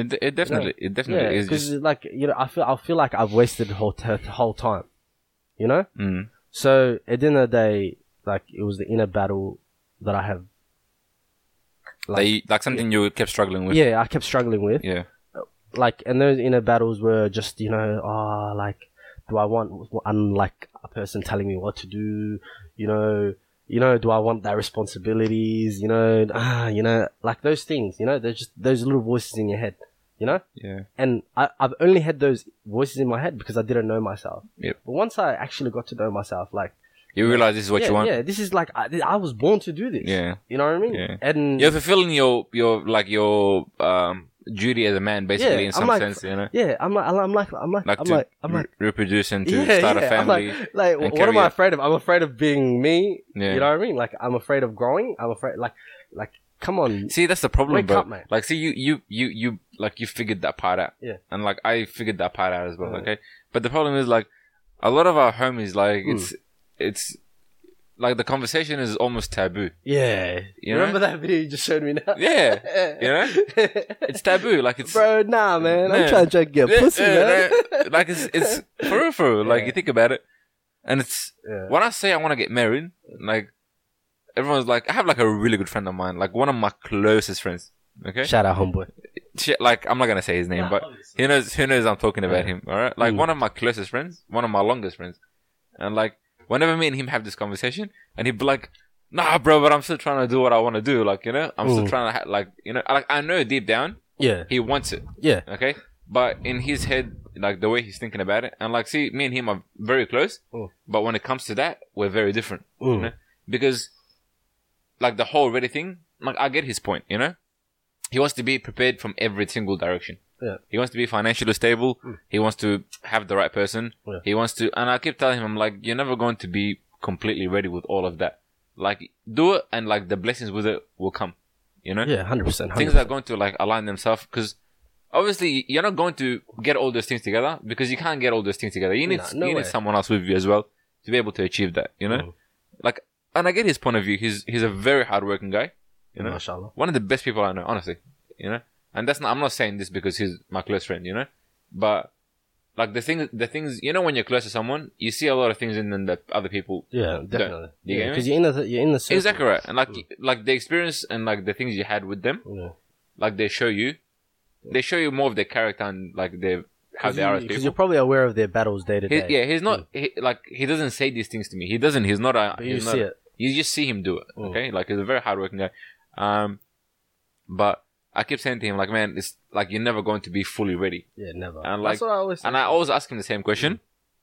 S1: It, it definitely it definitely
S2: yeah,
S1: is
S2: because
S1: just
S2: like you know, I feel I feel like I've wasted the whole her whole time. You know?
S1: mm,
S2: So at the end of the day, like it was the inner battle that I have.
S1: like, you- like something you kept struggling with.
S2: Yeah, I kept struggling with.
S1: Yeah.
S2: Like, and those inner battles were just, you know, ah, like, do I want, I'm like a person telling me what to do, you know, you know, do I want that responsibilities, you know, ah, you know, like those things, you know, they're just those little voices in your head, you know?
S1: Yeah.
S2: and I, I've only had those voices in my head because I didn't know myself.
S1: Yep.
S2: But once I actually got to know myself, like,
S1: You realize this is what
S2: yeah,
S1: you want.
S2: yeah, this is like I, I was born to do this.
S1: Yeah.
S2: you know what I mean.
S1: Yeah.
S2: And
S1: You're fulfilling your your like your um duty as a man basically
S2: Yeah,
S1: in
S2: I'm
S1: some
S2: like-
S1: sense, you know.
S2: yeah, I'm like, I'm like, I'm like,
S1: Like
S2: I'm
S1: to
S2: like, I'm like,
S1: re- reproduce and to
S2: yeah,
S1: start
S2: yeah,
S1: a family.
S2: I'm like, like
S1: and
S2: what am
S1: carry
S2: I
S1: it.
S2: afraid of? I'm afraid of being me.
S1: Yeah.
S2: You know what I mean? Like, I'm afraid of growing. I'm afraid, like, like, come on.
S1: See, that's the problem,
S2: Wake
S1: bro.
S2: up, man.
S1: Like, see, you, you, you, you, like, you figured that part out.
S2: Yeah.
S1: And like, I figured that part out as well.
S2: Yeah.
S1: Okay. But the problem is, like, a lot of our homies, like,
S2: Hmm.
S1: it's, it's, like, the conversation is almost
S2: [laughs]
S1: taboo.
S2: Yeah.
S1: You know?
S2: remember that video you just showed me now?
S1: Yeah. you know, it's taboo. Like, it's.
S2: [laughs] Bro, nah, man.
S1: Yeah.
S2: I'm trying to get
S1: Yeah,
S2: pussy,
S1: yeah,
S2: man.
S1: no, like, it's,
S2: [laughs]
S1: it's for real, for real. Like,
S2: Yeah.
S1: you think about it, and it's
S2: Yeah.
S1: when I say I want to get married, like, everyone's like, I have like a really good friend of mine, like one of my closest friends. Okay.
S2: Shout out, homeboy.
S1: shit, like I'm not gonna say his name,
S2: Nah, oh,
S1: but
S2: obviously.
S1: who knows? Who knows? I'm talking about
S2: Yeah.
S1: him. All right, like
S2: Mm.
S1: one of my closest friends, one of my longest friends, and like whenever me and him have this conversation, and he'd be like, "Nah, bro, but I'm still trying to do what I want to do. Like you know, I'm still
S2: Mm.
S1: trying to ha- like you know, like I know deep down
S2: Yeah.
S1: he wants it.
S2: Yeah.
S1: Okay, but in his head, like the way he's thinking about it, and like see, me and him are very close,
S2: Mm.
S1: but when it comes to that, we're very different
S2: Mm.
S1: know? because like the whole ready thing like i get his point you know he wants to be prepared from every single direction
S2: Yeah. Hmm.
S1: he wants to be financially stable he wants to have the right person
S2: Yeah.
S1: he wants to and i keep telling him i'm like you're never going to be completely ready with all of that like do it and like the blessings with it will come you know
S2: Yeah, hundred percent.
S1: things are going to like align themselves because obviously you're not going to get all those things together because you can't get all those things together. You need
S2: Nah, no
S1: you
S2: way.
S1: need someone else with you as well to be able to achieve that. You know,
S2: Mm.
S1: like and I get his point of view. He's he's a very hardworking guy. You know,
S2: mashallah.
S1: one of the best people I know, honestly. You know, and that's not I'm not saying this because he's my close friend. You know, but like the thing the things you know when you're close to someone you see a lot of things in them that other people
S2: Yeah, definitely.
S1: You get me?
S2: because you're in the you're in the circle.
S1: exactly right and like like the experience and like the things you had with them
S2: Yeah.
S1: like they show you they show you more of their character and like their how they are as
S2: Because you're
S1: people.
S2: probably aware of their battles day to
S1: He,
S2: day.
S1: yeah, he's not he, like he doesn't say these things to me. He doesn't. He's not a.
S2: But you
S1: he's
S2: see
S1: not,
S2: it.
S1: You just see him do it.
S2: Mm.
S1: Okay, like he's a very hardworking guy. Um, but I keep saying to him like, man, it's like you're never going to be fully ready.
S2: Yeah, never.
S1: And like-
S2: That's what I always. Say.
S1: And I always ask him the same question.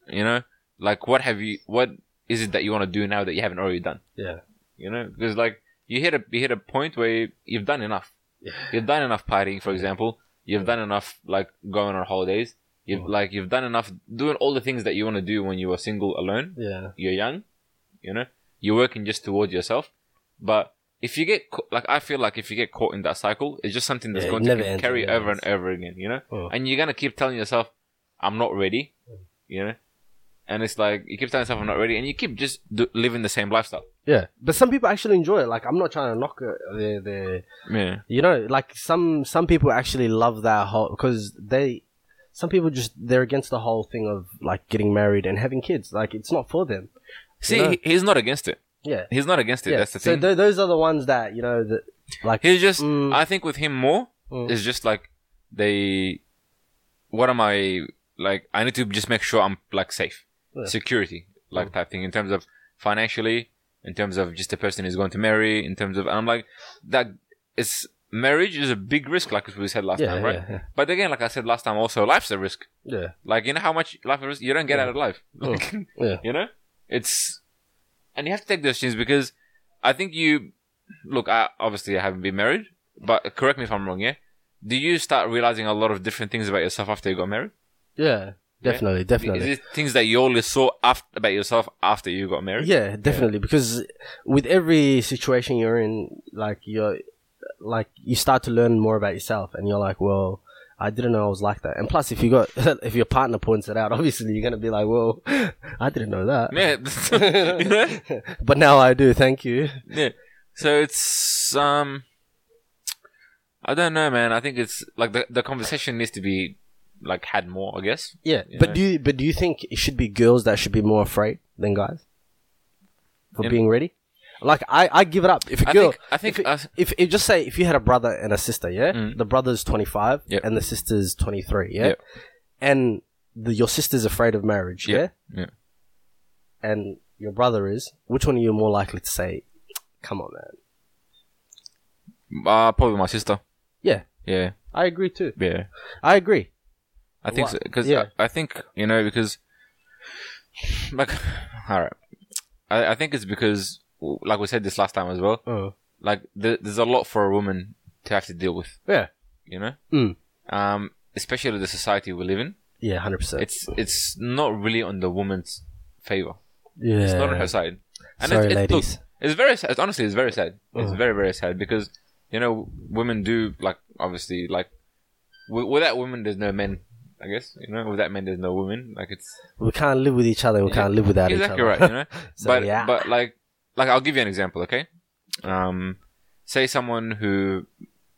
S1: You know, like what have you? What is it that you want to do now that you haven't already done?
S2: yeah,
S1: You know, because like you hit a you hit a point where you, you've done enough.
S2: Yeah.
S1: You've done enough partying, for example. You've done enough like going on holidays. You've
S2: Mhm.
S1: like you've done enough doing all the things that you want to do when you are single alone.
S2: Yeah.
S1: You're young, you know. You're working just towards yourself, but if you get ca- like I feel like if you get caught in that cycle, it's just something that's
S2: Yeah, it
S1: going
S2: never
S1: to
S2: ends,
S1: carry
S2: it never
S1: over and over again, you know.
S2: Mm.
S1: And you're gonna keep telling yourself, "I'm not ready," you know. And it's like you keep telling yourself, "I'm not ready," and you keep just do- living the same lifestyle.
S2: Yeah. But some people actually enjoy it. Like I'm not trying to knock uh, the the
S1: Yeah,
S2: you know like some some people actually love that whole because they some people just they're against the whole thing of like getting married and having kids. Like it's not for them.
S1: see,
S2: You know?
S1: he- he's not against it.
S2: Yeah.
S1: He's not against it.
S2: yeah.
S1: That's the
S2: so
S1: thing.
S2: tho- those are the ones that you know that like
S1: He's just,
S2: Mm.
S1: I think with him more,
S2: Mm.
S1: it's just like they, what am I, like, I need to just make sure I'm, like, safe.
S2: Yeah. Mm.
S1: Security, like, type thing in terms of financially, in terms of just the person he's going to marry, in terms of, and I'm like, that is, marriage is a big risk, like we said last
S2: yeah,
S1: time, right?
S2: yeah, yeah.
S1: But again, like I said last time, also, life's a risk.
S2: Yeah.
S1: Like, you know how much life is, you don't get out of life. [laughs] Like,
S2: Oh, Yeah.
S1: you know, it's and you have to take those things because I think you look. I obviously I haven't been married, but correct me if I'm wrong. Yeah, do you start realizing a lot of different things about yourself after you got married?
S2: Yeah. Definitely, definitely.
S1: Is it things that you only saw after, about yourself after you got [laughs] married?
S2: Yeah, definitely. Because with every situation you're in, like you're, like you start to learn more about yourself, and you're like, well, I didn't know I was like that. And plus, if you got, [laughs] if your partner points it out, [laughs] obviously you're gonna be like, well, [laughs] I didn't know that.
S1: Yeah. [laughs] You know?
S2: [laughs] but now I do. Thank you.
S1: yeah. So it's um, I don't know, man. I think it's like the the conversation needs to be like had more, I guess.
S2: Yeah.
S1: Yeah.
S2: But do you, but do you think it should be girls that should be more afraid than guys for
S1: Yeah.
S2: being ready? Like I, I give it up. If a
S1: I
S2: girl,
S1: think I think
S2: if, it-
S1: I-
S2: if it just say if you had a brother and a sister, yeah,
S1: Mm.
S2: the brother's twenty five
S1: Yep.
S2: and the sister's twenty three, yeah,
S1: Yep.
S2: and the, your sister's afraid of marriage,
S1: Yep. yeah.
S2: yeah, and your brother is. Which one are you more likely to say? Come on, man.
S1: Uh, probably my sister.
S2: Yeah,
S1: Yeah,
S2: I agree too.
S1: yeah.
S2: I agree.
S1: I think
S2: Why-
S1: so, because
S2: yeah.
S1: I, I think you know because like [laughs] all right, I, I think it's because like we said this last time as well.
S2: Oh,
S1: Like there, there's a lot for a woman to have to deal with,
S2: yeah,
S1: you know.
S2: Mm.
S1: Um, especially the society we live in,
S2: yeah, hundred percent.
S1: it's it's not really on the woman's favor.
S2: Yeah,
S1: It's not on her side.
S2: Sorry,
S1: it's, it's, look,
S2: ladies.
S1: it's very sad. Honestly, it's very sad. It's
S2: Ugh.
S1: very very sad because you know women do like obviously like w- without women there's no men. I guess you know without men there's no women. Like it's
S2: we can't live with each other. We can't live without
S1: exactly
S2: each
S1: right.
S2: other.
S1: You know,
S2: [laughs] So,
S1: but
S2: yeah.
S1: but like like I'll give you an example. Okay, um, say someone who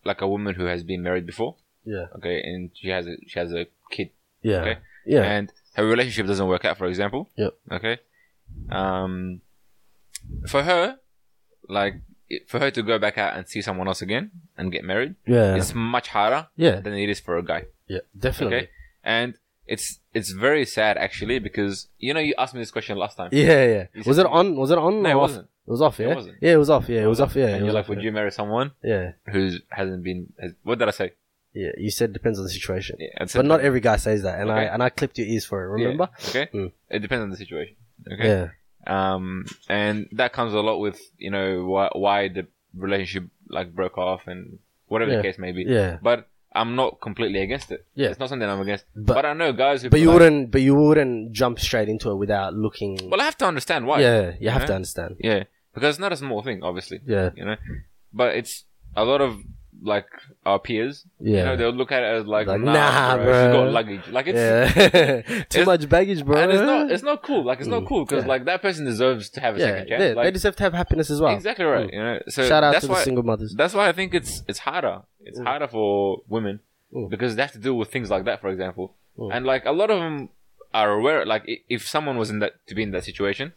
S1: like a woman who has been married before.
S2: Yeah.
S1: Okay, and she has a she has a kid
S2: Yeah.
S1: Okay.
S2: Yeah.
S1: and her relationship doesn't work out, for example.
S2: Yep.
S1: Okay. Um, for her, like it- for her to go back out and see someone else again and get married,
S2: yeah.
S1: it's much harder
S2: yeah.
S1: than it is for a guy.
S2: Yeah. Definitely.
S1: Okay. And it's it's very sad actually because you know you asked me this question last time.
S2: Yeah, yeah.
S1: You
S2: Was
S1: said-
S2: it on? Was it on?
S1: No,
S2: or
S1: it
S2: off?
S1: wasn't.
S2: It was off.
S1: It
S2: Yeah.
S1: wasn't.
S2: Yeah, it was off. Yeah, it was off. Yeah. it
S1: And you're
S2: was
S1: like,
S2: off,
S1: would
S2: yeah.
S1: you marry someone
S2: Yeah.
S1: who hasn't been? Has, what did I say?
S2: Yeah. You said depends on the situation.
S1: Yeah, I said-
S2: But not every guy says that, and I
S1: Okay.
S2: and I clipped your ears for it.
S1: Yeah,
S2: Remember?
S1: Okay.
S2: Mm.
S1: It depends on the situation. Okay.
S2: Yeah.
S1: um, and that comes a lot with you know why, why the relationship like broke off and whatever
S2: Yeah.
S1: the case may be.
S2: Yeah.
S1: But I'm not completely against it.
S2: Yeah.
S1: It's not something I'm against.
S2: But-
S1: But, I know guys who.
S2: But
S1: be
S2: you
S1: like-
S2: wouldn't. But you wouldn't jump straight into it without looking.
S1: Well, I have to understand why.
S2: yeah. You have
S1: know?
S2: to understand.
S1: Yeah, because it's not a small thing, obviously.
S2: Yeah.
S1: You know, but it's a lot of like our peers.
S2: Yeah.
S1: You know, they'll look at it as like,
S2: Like,
S1: nah,
S2: nah,
S1: bro,
S2: bro."
S1: she got luggage. Like it's.
S2: yeah. [laughs] Too
S1: it's-
S2: much baggage, bro.
S1: And it's not, it's not cool. Like it's not cool because
S2: yeah.
S1: like that person deserves to have a
S2: yeah.
S1: second chance.
S2: They,
S1: like,
S2: they deserve to have happiness as well.
S1: exactly right. You know, so
S2: Shout out
S1: that's
S2: to
S1: why
S2: the single mothers.
S1: That's why I think it's it's harder. It's harder for women
S2: Mm.
S1: because they have to deal with things like that, for example.
S2: Mm.
S1: And like a lot of them are aware. Like i- if someone was in that to be in that situation,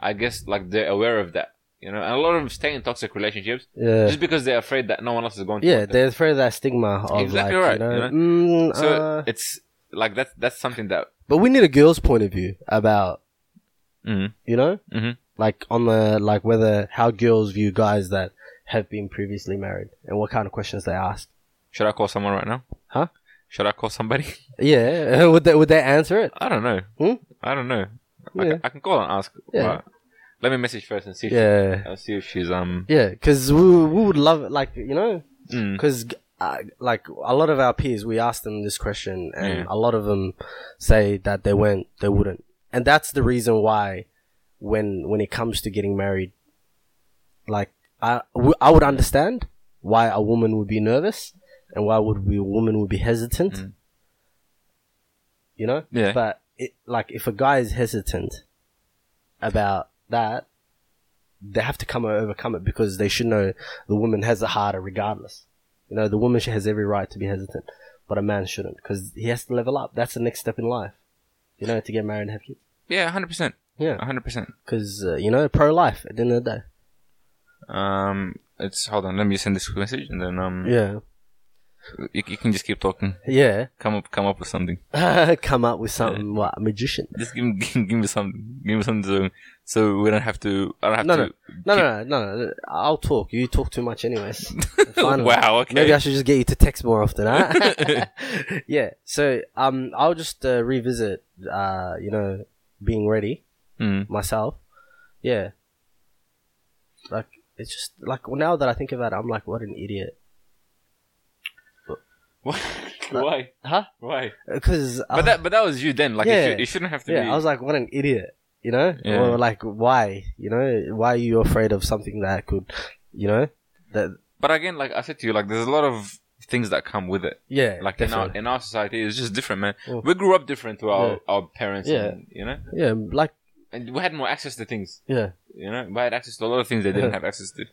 S1: I guess like they're aware of that. You know, and a lot of them stay in toxic relationships
S2: Yeah.
S1: just because they're afraid that no one else is going to.
S2: Yeah,
S1: want them.
S2: they're afraid of that stigma of
S1: Exactly
S2: like,
S1: right,
S2: you know,
S1: you know?
S2: mm,
S1: so
S2: uh,
S1: it's like that's that's something that.
S2: But we need a girl's point of view about
S1: Mm,
S2: you know,
S1: Mhm.
S2: like on the like whether how girls view guys that have been previously married and what kind of questions they ask.
S1: Should I call someone right now?
S2: Huh?
S1: Should I call somebody? [laughs]
S2: Yeah, [laughs] would they would they answer it?
S1: I don't know.
S2: Hmm?
S1: I don't know. I,
S2: Yeah.
S1: ca- I can call and ask.
S2: Yeah.
S1: but let me message first and see. If
S2: Yeah,
S1: I'll see if she's um.
S2: yeah, because we we would love it, like you know,
S1: mm.
S2: because uh, like a lot of our peers, we asked them this question, and
S1: Yeah.
S2: a lot of them say that they won't, they wouldn't, and that's the reason why, when when it comes to getting married, like I w- I would understand why a woman would be nervous and why would be a woman would be hesitant,
S1: Mm.
S2: you know.
S1: Yeah.
S2: But it, like, if a guy is hesitant about that, they have to come and overcome it because they should know the woman has it harder regardless. You know, the woman she has every right to be hesitant, but a man shouldn't because he has to level up. That's the next step in life. You know, to get married and have kids.
S1: Yeah, hundred percent,
S2: Yeah,
S1: hundred percent.
S2: because uh, you know, pro life at the end of the day.
S1: Um, it's hold on. Let me send this message, and then um,
S2: Yeah,
S1: you, you can just keep talking.
S2: yeah. [laughs]
S1: Come up, come up with something.
S2: come up with something what a magician.
S1: Just give, me- [laughs] give, me something. Give me something, so, so we don't have to. I don't have
S2: No,
S1: to.
S2: no, no, no, no, no. I'll talk. You talk too much, [laughs] anyways.
S1: [laughs]
S2: Finally.
S1: Wow, okay.
S2: Maybe I should just get you to text more often, [laughs] huh? [laughs] yeah. So, um, I'll just uh, revisit, uh, you know, being ready
S1: Mm.
S2: myself. Yeah. Like it's just like now that I think about it, I'm like, what an idiot, [laughs]
S1: What? Why?
S2: huh?
S1: Why?
S2: Because
S1: But that, but that was you then. Like,
S2: yeah.
S1: it, should, it shouldn't have to
S2: uh, yeah,
S1: be.
S2: I was like, what an idiot, you know?
S1: Yeah.
S2: Or like, why, you know? Why are you afraid of something that could, you know? That
S1: but again, like I said to you, like there's a lot of things that come with it.
S2: yeah,
S1: Like in our,
S2: definitely.
S1: in our society, it's just different, man.
S2: Mm.
S1: We grew up different to our,
S2: Yeah.
S1: our parents,
S2: Yeah.
S1: and, you know,
S2: yeah, like
S1: and we had more access to things.
S2: yeah,
S1: You know, we had access to a lot of things they didn't
S2: [laughs] Yeah.
S1: have access to.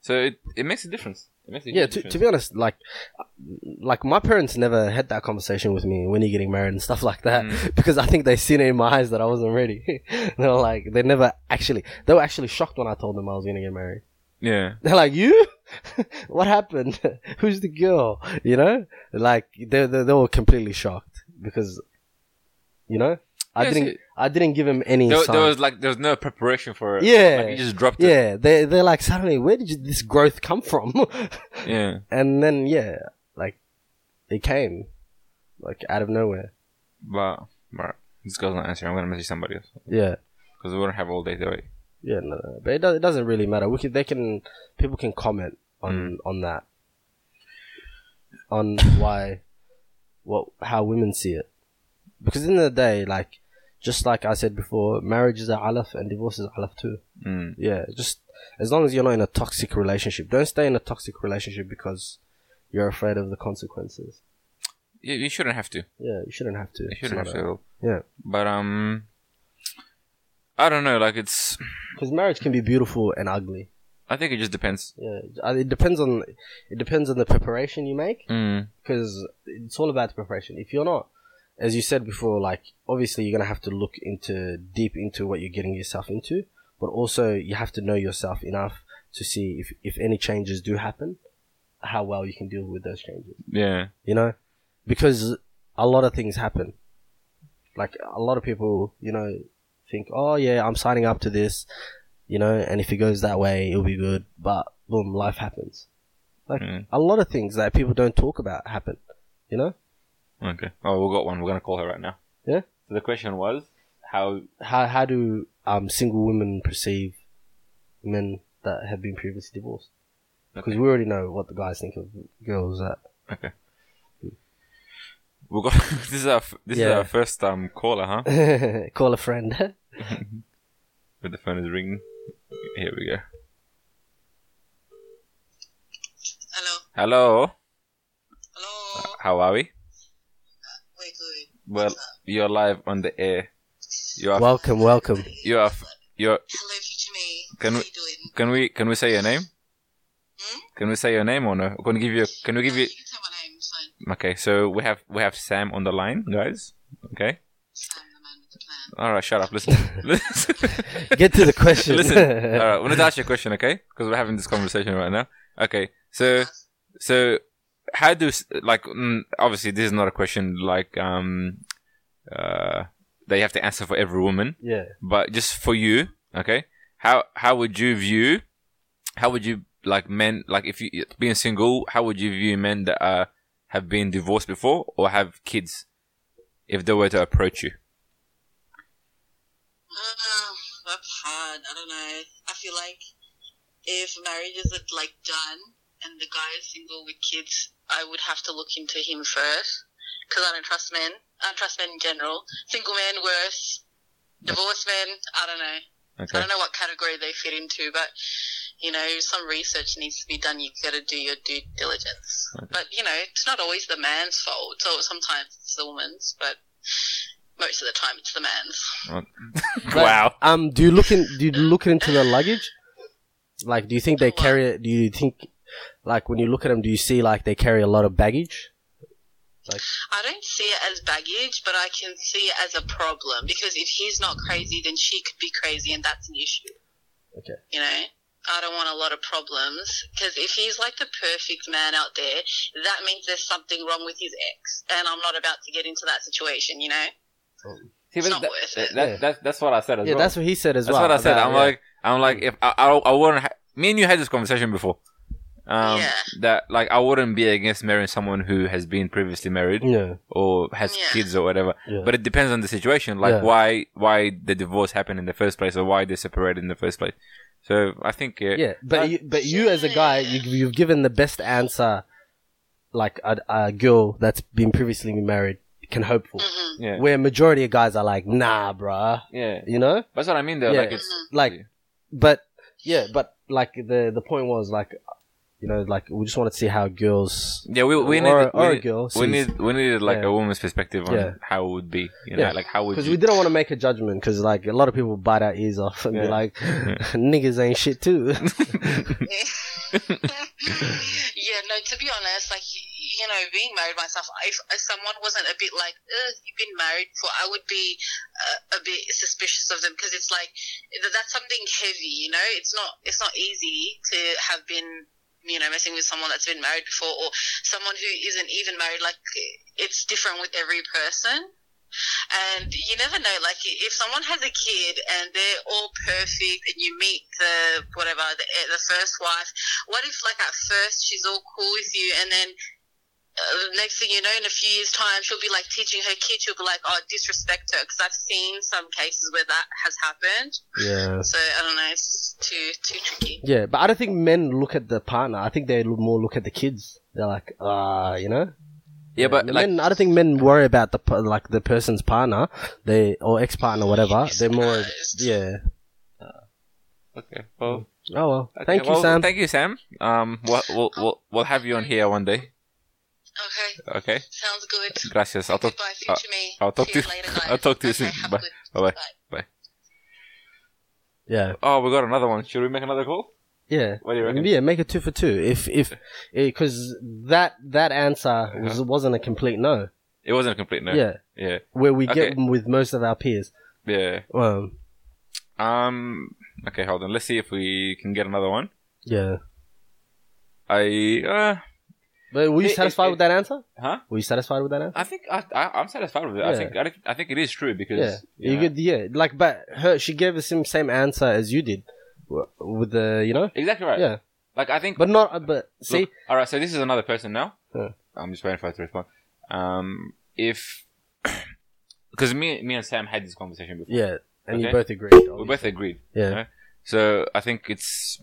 S1: So it, it makes a difference. It makes a
S2: yeah.
S1: huge
S2: To,
S1: difference.
S2: to be honest, like like my parents never had that conversation with me when you're getting married and stuff like that
S1: Hmm.
S2: [laughs] because I think they seen it in my eyes that I wasn't ready. [laughs] they were like, they never actually, they were actually shocked when I told them I was gonna get married. [laughs]
S1: yeah,
S2: They're like, you? [laughs] what happened? [laughs] Who's the girl? You know? Like, they, they, they were completely shocked because, you know? I
S1: Yes,
S2: didn't,
S1: it-
S2: I didn't give him any
S1: there,
S2: sign.
S1: there was like there was no preparation for it.
S2: Yeah.
S1: like, you just dropped it.
S2: yeah, they, they're like, suddenly, where did you, this growth come from? [laughs]
S1: Yeah,
S2: and then, yeah, like, it came, like, out of nowhere.
S1: but right, this girl's not answering. I'm gonna message somebody else
S2: Yeah.
S1: because we don't have all day to wait.
S2: Yeah, no, no. But it, do- it doesn't really matter. We can, they can, people can comment
S1: Mm.
S2: on on that, on why, what, how women see it, because in the day, like, just like I said before, marriage is a alaf and divorce is a alaf too.
S1: Mm.
S2: Yeah, just as long as you're not in a toxic relationship, don't stay in a toxic relationship because you're afraid of the consequences.
S1: You, you shouldn't have to.
S2: Yeah, you shouldn't have to.
S1: You
S2: It's
S1: shouldn't
S2: not
S1: have
S2: a-
S1: to. at all.
S2: Yeah,
S1: But um, I don't know. Like it's,
S2: because marriage can be beautiful and ugly.
S1: I think it just depends.
S2: Yeah, Uh, it depends on it depends on the preparation you make.
S1: Mm.
S2: because it's all about the preparation. If you're not, as you said before, like obviously you're gonna have to look into deep into what you're getting yourself into, but also you have to know yourself enough to see if if any changes do happen, how well you can deal with those changes.
S1: Yeah.
S2: You know, because a lot of things happen. Like a lot of people, you know, think, oh yeah, I'm signing up to this, you know, and if it goes that way, it'll be good. But boom, life happens. Like
S1: Mm.
S2: a lot of things that people don't talk about happen. You know.
S1: Okay. Oh, we got one. We're gonna call her right now.
S2: Yeah.
S1: So the question was how.
S2: how how do um single women perceive men that have been previously divorced? Because
S1: Okay.
S2: we already know what the guys think of girls that
S1: Okay. We got [laughs] this is our f- this is
S2: Yeah.
S1: our first um caller, huh?
S2: [laughs] call a
S1: [laughs]
S2: friend.
S1: But the phone is ringing. Here we go.
S3: Hello.
S1: Hello.
S3: Hello.
S1: How are we?
S3: Wait, wait.
S1: Well, you're live on the air. You are.
S2: welcome, welcome.
S1: you are. You're.
S3: Hello, to me.
S1: Can
S3: How
S1: we-
S3: you doing?
S1: Can we can we say your name?
S3: Hmm?
S1: Can we say your name or no? Can we give you? Can we give
S3: Uh,
S1: you?
S3: you can tell my name. It's fine.
S1: Okay, so we have we have Sam on the line, guys. Okay.
S3: I'm the man with the plan.
S1: All right, shut up. Listen. Listen. [laughs]
S2: Get to the question.
S1: Listen.
S2: [laughs]
S1: uh, All right, I wanted to ask you a question, okay? Because we're having this conversation right now. Okay. So so how do s- like mm, obviously this is not a question like um uh that you have to answer for every woman,
S2: yeah,
S1: but just for you, okay? How how would you view how would you like men like if you being single, how would you view men that are have been divorced before or have kids if they were to approach you?
S3: Uh, that's hard. I don't know. I feel like if marriage isn't like done and the guy is single with kids, I would have to look into him first because I don't trust men. I don't trust men in general. Single men, worse. Divorced men, I don't know. I
S1: Okay.
S3: don't know what category they fit into, but you know, some research needs to be done. You got to do your due diligence.
S1: Okay.
S3: But you know, it's not always the man's fault. So sometimes it's the woman's, but most of the time it's the man's.
S1: Wow.
S2: Um, do you look in? Do you look into the luggage? Like, do you think they carry it? Do you think, like, when you look at them, do you see like they carry a lot of baggage?
S3: I don't see it as baggage, but I can see it as a problem because if he's not crazy, then she could be crazy, and that's an issue.
S2: Okay.
S3: You know, I don't want a lot of problems because if he's like the perfect man out there, that means there's something wrong with his ex, and I'm not about to get into that situation. You know,
S1: See,
S3: It's
S1: but
S3: not
S1: that,
S3: worth
S1: that,
S3: it.
S1: that, that, that's what I said as
S2: Yeah,
S1: well.
S2: that's what he said as
S1: That's
S2: well.
S1: what I said.
S2: about-
S1: I'm
S2: yeah.
S1: like, I'm like, if I, I, I wouldn't. Ha- me and you had this conversation before. Um,
S3: Yeah.
S1: That like I wouldn't be against marrying someone who has been previously married
S2: yeah,
S1: or has
S3: Yeah.
S1: kids or whatever.
S2: yeah.
S1: But it depends on the situation, like
S2: Yeah.
S1: why why the divorce happened in the first place or why they separated in the first place. So I think uh,
S2: yeah, but you, but you as a guy, you, you've given the best answer, like a, a girl that's been previously married can hope for.
S3: hmm
S1: yeah,
S2: Where majority of guys are like, nah, bruh,
S1: yeah.
S2: you know.
S1: That's what I mean though.
S2: Yeah.
S1: Like it's
S2: like but yeah but like the the point was like you know like we just wanted to see how girls
S1: yeah, we we
S2: Or-
S1: need
S2: or
S1: we
S2: a
S1: need,
S2: girl
S1: we
S2: sees-
S1: need we needed like
S2: Yeah.
S1: a woman's perspective on
S2: Yeah.
S1: how it would be, you know,
S2: Yeah.
S1: like how would
S2: because
S1: you?
S2: we didn't want to make a judgment because like a lot of people bite our ears off and be
S1: Yeah. [laughs]
S2: like [laughs] niggas ain't shit too
S3: mm-hmm. [laughs] yeah, no, to be honest, like, y- you know, being married myself, if, if someone wasn't a bit like, Ugh, you've been married for, I would be uh, a bit suspicious of them because it's like, th- that's something heavy, you know? It's not, it's not easy to have been, you know, messing with someone that's been married before or someone who isn't even married. Like, it's different with every person. And you never know, like if someone has a kid and they're all perfect, and you meet the whatever the, eh, the first wife, what if like at first she's all cool with you, and then uh, next thing you know, in a few years' time, she'll be like teaching her kid, she'll be like, oh, disrespect her, because I've seen some cases where that has happened.
S2: [laughs] yeah
S3: So I don't know, it's just too too tricky.
S2: yeah but i don't think men look at the partner i think they look more look at the kids they're like ah you know
S1: yeah, but
S2: The
S1: like
S2: men, i don't think men worry about the per- like the person's partner they or ex-partner whatever they're more
S3: Surprised.
S2: yeah
S1: okay, well,
S2: oh well
S1: okay,
S2: thank you
S1: well,
S2: sam
S1: Thank you, Sam. Um, we'll we'll we'll, we'll have you on here one day.
S3: Okay,
S1: Okay,
S3: sounds good.
S1: gracias. I'll talk.
S3: Goodbye, future me.
S1: I'll talk
S3: See
S1: to
S3: you
S1: you-
S3: later,
S1: [laughs]
S3: guys.
S1: I'll talk to you
S3: Okay,
S1: soon.
S3: have a
S1: Bye.
S3: good-
S1: Bye-bye.
S2: yeah
S1: Oh, we got another one. Should we make another call?
S2: Yeah.
S1: What do you reckon?
S2: Yeah, make it two for two. If if because that that answer was, wasn't a complete no.
S1: It wasn't a complete Uh-huh. no.
S2: Yeah,
S1: yeah,
S2: where we
S1: Okay.
S2: get them with most of our peers.
S1: yeah.
S2: Um.
S1: Um. Okay, hold on. Let's see if we can get another one.
S2: Yeah.
S1: I. Uh,
S2: But were you
S1: It- it-
S2: satisfied
S1: it-
S2: with that answer?
S1: huh?
S2: Were you satisfied with that answer?
S1: I think I, I I'm satisfied with it. I
S2: Yeah.
S1: think I, think- I think it is true because
S2: Yeah.
S1: you
S2: You
S1: know,
S2: could. Yeah. Like, but her she gave us the same answer as you did, w- with the you know.
S1: exactly right.
S2: Yeah.
S1: Like I think.
S2: But not. uh, But see.
S1: Look, all right. So this is another person now.
S2: Yeah.
S1: I'm just waiting for her to respond. Um, if [clears throat] because me me and Sam had this conversation before.
S2: Yeah. And you
S1: Okay.
S2: both agreed.
S1: We both agreed.
S2: Yeah.
S1: So I think it's.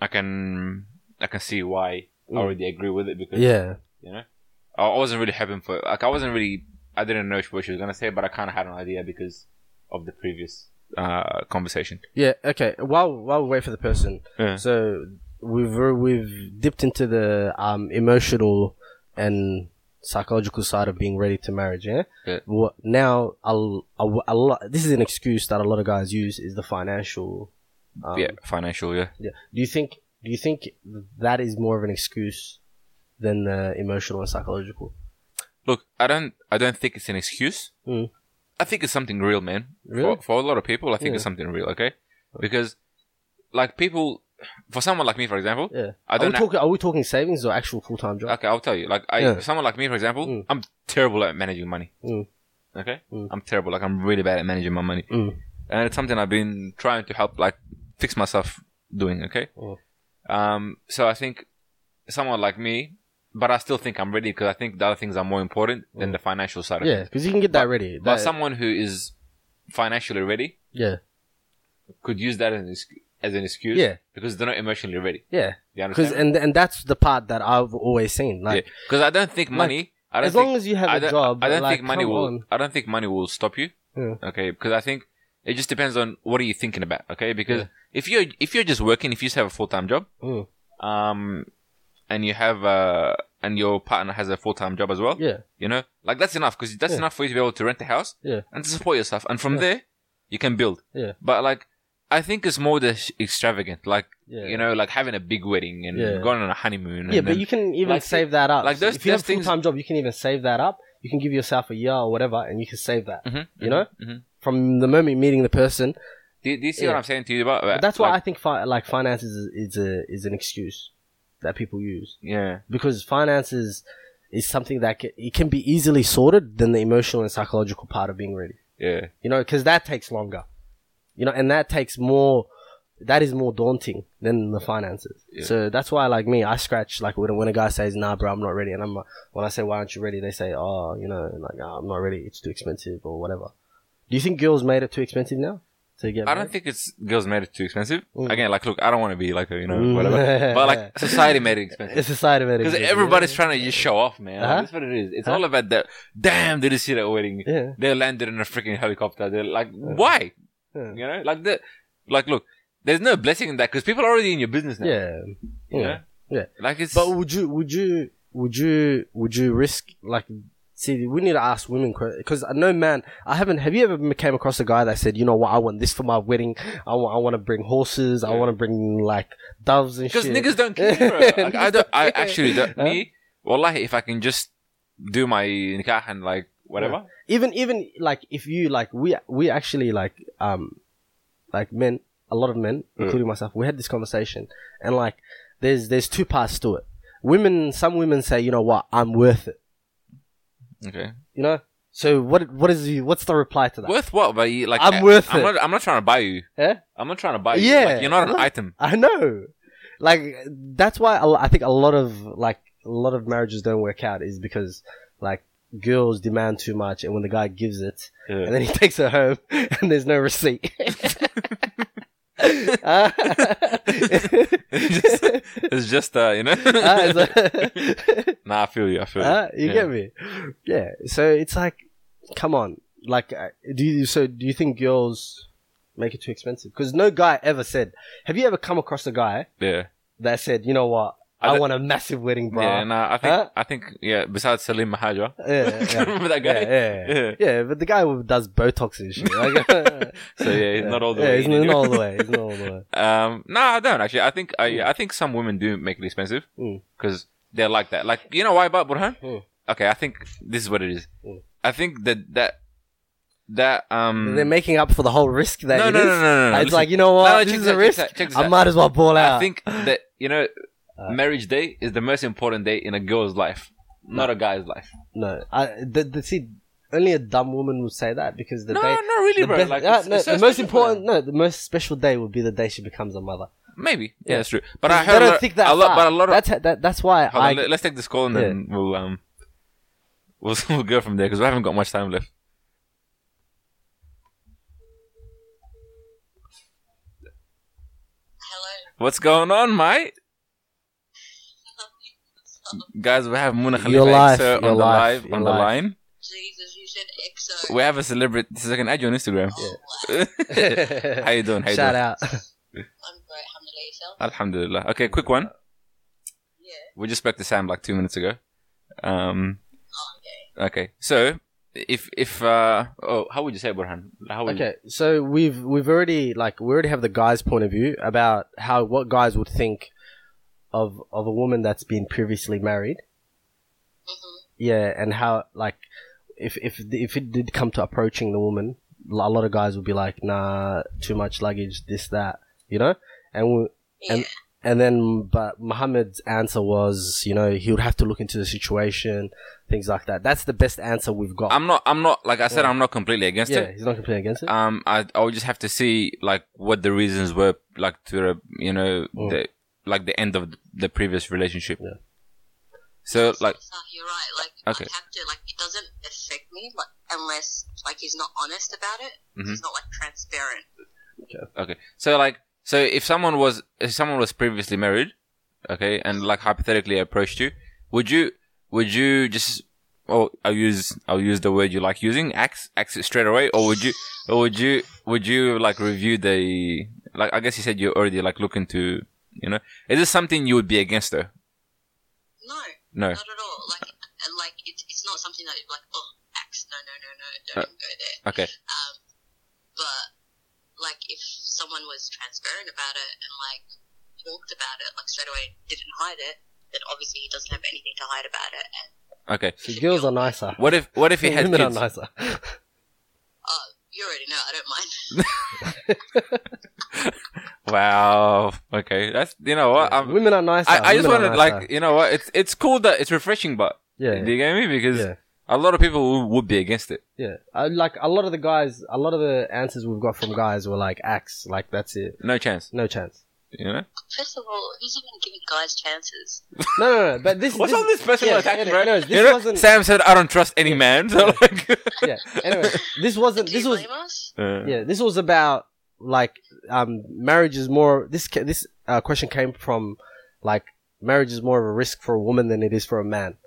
S1: I can I can see why I
S2: Mm.
S1: already agree with it because
S2: Yeah.
S1: you know. I I wasn't really hoping for like I wasn't really I didn't know what she was gonna say, but I kind of had an idea because of the previous uh, conversation.
S2: Yeah. Okay. While while we wait for the person,
S1: Yeah.
S2: so we've we've dipped into the um, emotional and psychological side of being ready to marriage. Yeah.
S1: Yeah.
S2: What now? A, l- a w- a lot. This is an excuse that a lot of guys use is the financial. Um,
S1: yeah, financial. Yeah,
S2: yeah. Do you think? Do you think that is more of an excuse than the emotional and psychological?
S1: look, I don't I don't think it's an excuse.
S2: Mm.
S1: I think it's something real, man.
S2: Really?
S1: For, for a lot of people, I think
S2: Yeah.
S1: it's something real. Okay, because like people, for someone like me, for example,
S2: Yeah.
S1: I
S2: Are we,
S1: don't. know.
S2: talking, are we talking savings or actual full time job?
S1: okay, I'll tell you. Like I,
S2: Yeah.
S1: someone like me, for example,
S2: Mm.
S1: I'm terrible at managing money.
S2: Mm.
S1: Okay,
S2: Mm.
S1: I'm terrible. Like I'm really bad at managing my money.
S2: Mm.
S1: and it's something I've been trying to help like fix myself doing. Okay,
S2: Mm.
S1: um, so I think someone like me, but I still think I'm ready because I think the other things are more important than the financial side. of
S2: Mm. Yeah,
S1: things.
S2: because you can get that
S1: But-
S2: ready.
S1: but
S2: That-
S1: someone who is financially ready
S2: yeah,
S1: could use that as an excu- as an excuse.
S2: Yeah.
S1: Because they're not emotionally ready.
S2: Yeah,
S1: You
S2: because
S1: understand?
S2: and and that's the part that I've always seen. Like
S1: Because I don't think money. I don't
S2: as long
S1: think-
S2: as you have
S1: I
S2: a
S1: don't,
S2: job,
S1: I don't
S2: like,
S1: think money
S2: come
S1: will.
S2: on.
S1: I don't think money will stop you.
S2: Yeah.
S1: Okay, because I think it just depends on what are you thinking about. Okay, because if you're if you're just working, if you just have a full time job,
S2: Mm.
S1: um, and you have uh, and your partner has a full time job as well.
S2: Yeah,
S1: You know, like that's enough because that's
S2: Yeah.
S1: enough for you to be able to rent a house
S2: yeah,
S1: and to support yourself, and from there you can build.
S2: Yeah.
S1: But like, I think it's more the sh- extravagant, like
S2: yeah.
S1: you know, like having a big wedding and
S2: Yeah.
S1: going on a honeymoon.
S2: yeah,
S1: and
S2: but
S1: then-
S2: you can even
S1: like,
S2: save that up.
S1: like,
S2: So
S1: those-
S2: if you have a
S1: those things-
S2: full time job, you can even save that up. You can give yourself a year or whatever, and you can save that.
S1: Mhm,
S2: you
S1: mhm,
S2: know?
S1: mhm.
S2: From the moment you're meeting the person,
S1: Mm-hmm. Do, do you see
S2: Yeah.
S1: what I'm saying to you about?
S2: but that's why I think fi- like finance is is a is an excuse that people use
S1: yeah.
S2: because finances is something that ca it can be easily sorted than the emotional and psychological part of being ready.
S1: Yeah.
S2: you know, because that takes longer, you know, and that takes more. That is more daunting than the finances.
S1: Yeah.
S2: So that's why, like me, I scratch like when, when a guy says, "Nah, bro, I'm not ready," and I'm like, when I say, "Why aren't you ready?" They say, "Oh, you know, like "Ah, I'm not ready. It's too expensive or whatever." Do you think girls made it too expensive now to get?
S1: I
S2: married?
S1: don't think it's girls made it too expensive.
S2: Mm.
S1: Again, like, look, I don't want to be like a, you know,
S2: Mm. [laughs]
S1: whatever. But like, society made it expensive.
S2: it's a side of it
S1: Because
S2: yeah.
S1: everybody's trying to just show off, man. Like,
S2: Uh-huh.
S1: that's what it is. It's
S2: Uh-huh.
S1: all about that. Damn, did you see that wedding?
S2: Yeah.
S1: They landed in a freaking helicopter. They're like, why?
S2: Yeah.
S1: You know, like the, like, look, there's no blessing in that because people are already in your business now.
S2: yeah,
S1: You know?
S2: yeah. Yeah.
S1: Like it's.
S2: But would you, would you, would you, would you risk like? See, we need to ask women because I know, man. I haven't. Have you ever m- came across a guy that said, you know what, I want this for my wedding. I want. I want to bring horses. I
S1: Yeah.
S2: want to bring like doves and shit.
S1: Because niggas
S2: [laughs]
S1: don't care. bro. Like, I
S2: Niggas
S1: don't. I
S2: [laughs] don't care.
S1: actually don't.
S2: Huh?
S1: Me, wallahi, if I can just do my nikah and like whatever.
S2: even even like if you like we we actually like um like men a lot of men
S1: Mm.
S2: including myself we had this conversation and like there's there's two parts to it women some women say you know what i'm worth it
S1: Okay.
S2: you know so what what is the, what's the reply to that
S1: Worth what? But you, like,
S2: I'm
S1: I-
S2: worth
S1: I'm
S2: it.
S1: Not, I'm not trying to buy you.
S2: Eh?
S1: I'm not trying to buy you.
S2: Yeah,
S1: Like, you're not an
S2: I'm not-
S1: item.
S2: [laughs] i know like that's why a lo- i think a lot of like a lot of marriages don't work out is because like girls demand too much and when the guy gives it and then he [laughs] takes her home and there's no receipt Ah.
S1: [laughs] it's just, it's just uh, you know.
S2: [laughs] Ah,
S1: [laughs]
S2: it's like-
S1: nah, I feel you. I feel
S2: Ah,
S1: you.
S2: you get me? Yeah. So it's like, come on. Like, uh, do you, so do you think girls make it too expensive? Because no guy ever said, have you ever come across a guy
S1: Yeah. Yeah.
S2: that said, you know what?
S1: I
S2: I,
S1: don't-
S2: want a massive wedding, bro.
S1: Yeah,
S2: Yeah,
S1: nah, I think
S2: Huh?
S1: I think yeah. Besides Salim Mahaja,
S2: yeah,
S1: [laughs]
S2: yeah.
S1: remember that guy?
S2: Yeah, yeah,
S1: Yeah.
S2: yeah. Yeah, but the guy who does Botox and shit. Like,
S1: [laughs]
S2: [laughs]
S1: So yeah, he's not all the
S2: yeah,
S1: way.
S2: He's
S1: in
S2: not
S1: anyway.
S2: all the way. He's not all the way.
S1: [laughs] Um, no, I don't actually. I think I, I think some women do make it expensive
S2: Mm.
S1: because they're like that. Like you know why about Burhan?
S2: Mm.
S1: Okay, I think this is what it is.
S2: Mm.
S1: I think that that that um.
S2: They're making up for the whole risk that
S1: no,
S2: it
S1: no, no, no,
S2: is.
S1: no, no.
S2: It's
S1: listen.
S2: like you know what?
S1: No, no,
S2: this
S1: check
S2: is
S1: this
S2: a
S1: out, check
S2: risk.
S1: this out, check this
S2: I
S1: out.
S2: might as well ball out.
S1: I think that you know,
S2: Uh.
S1: marriage day is the most important day in a girl's life, not a guy's life.
S2: No, I the, the see only a dumb woman would say that because the
S1: No,
S2: day
S1: not really,
S2: the,
S1: bro.
S2: best-
S1: Like,
S2: ah,
S1: it's-
S2: no,
S1: it's so
S2: the most
S1: special for them.
S2: important no the most special day would be the day she becomes a mother.
S1: Maybe, yeah,
S2: Yeah.
S1: that's true. But I
S2: They
S1: heard a
S2: don't
S1: lot,
S2: think that
S1: a lot
S2: far.
S1: but a lot of
S2: that's ha- that, that's why
S1: Hold
S2: I
S1: on, let- let's take this call and then we'll um we'll, [laughs] we'll go from there because we haven't got much time left.
S3: Hello.
S1: What's going on, mate? Guys, we have Muna Khalifa
S2: life,
S1: Exer on
S2: your
S1: the
S2: life,
S1: live
S2: your
S1: on the
S2: life.
S1: line.
S3: Jesus, you said EXO.
S1: We have a celebrity. So I can add you on Instagram. [laughs] How you doing? How you
S2: shout
S1: doing?
S2: out. [laughs]
S3: I'm great. Alhamdulillah, yourself.
S1: Alhamdulillah. Okay, quick one.
S3: Yeah.
S1: We just spoke to Sam like two minutes ago. Um,
S3: Oh, okay.
S1: okay, so if if uh oh, how would you say it, Burhan? How would
S2: Okay, so we've we've already like we already have the guys' point of view about how what guys would think of of a woman that's been previously married.
S3: Mm-hmm.
S2: Yeah, and how like if if if it did come to approaching the woman, a lot of guys would be like, "Nah, too much luggage, this that," you know. And we,
S3: Yeah.
S2: and and then, but Muhammad's answer was, you know, he would have to look into the situation, things like that. That's the best answer we've got.
S1: you? I'm not. I'm not. Like I said, I'm not completely against it.
S2: yeah, he's not completely against it.
S1: um I I would just have to see like what the reasons were like to the you know
S2: Mm.
S1: the like the end of the previous relationship.
S2: Yeah.
S1: So like
S3: So you're right. Like
S1: Okay.
S3: I have to. Like it doesn't affect me, but unless like he's not honest about it,
S1: Mhm.
S3: he's not like transparent.
S1: okay, so like So if someone was if someone was previously married, okay, and like hypothetically approached you, would you would you just oh I'll use I'll use the word you like using axe axe it straight away, or would you or would you would you like review the like I guess you said you're already like looking to you know is this something you would be against though?
S3: No,
S1: No.
S3: not at all. Like, uh, like it, it's not something that you're like, oh, axe, no, no, no, no,
S1: Uh,
S3: don't even go there.
S1: Okay.
S3: Um, but like, if someone was transparent about it and like talked about it, like straight away didn't hide it, then obviously he doesn't have anything to hide about it. And
S1: Okay.
S2: So girls are nicer.
S1: What if what if he had
S2: Women
S1: kids?
S2: are nicer.
S3: uh, you already know, I don't mind. [laughs]
S1: Wow. Okay. That's you know what I'm,
S2: [laughs] Women are nicer.
S1: um, I, I just
S2: Women are
S1: wanted
S2: nicer.
S1: like you know what it's it's cool that it's refreshing, but
S2: yeah,
S1: do you get me? Because
S2: yeah,
S1: a lot of people w- would be against it.
S2: yeah. I, like a lot of the guys, a lot of the answers we've got from guys were like axe, like that's it,
S1: No chance.
S2: no chance.
S1: You know.
S3: First of all, who's even giving guys chances?
S2: No, no, no. But this,
S1: What's
S2: this,
S1: all this personal
S2: yeah,
S1: attack,
S2: yeah,
S1: bro?
S2: no, this
S1: You know, [laughs]
S2: wasn't-
S1: Sam said, "I don't trust any man." [laughs] So like,
S2: yeah. Anyway, this wasn't.
S3: Do you
S2: This was
S3: blame us?
S1: Uh,
S2: yeah. This was about like um marriage is more. This ca- this uh, question came from like marriage is more of a risk for a woman than it is for a man.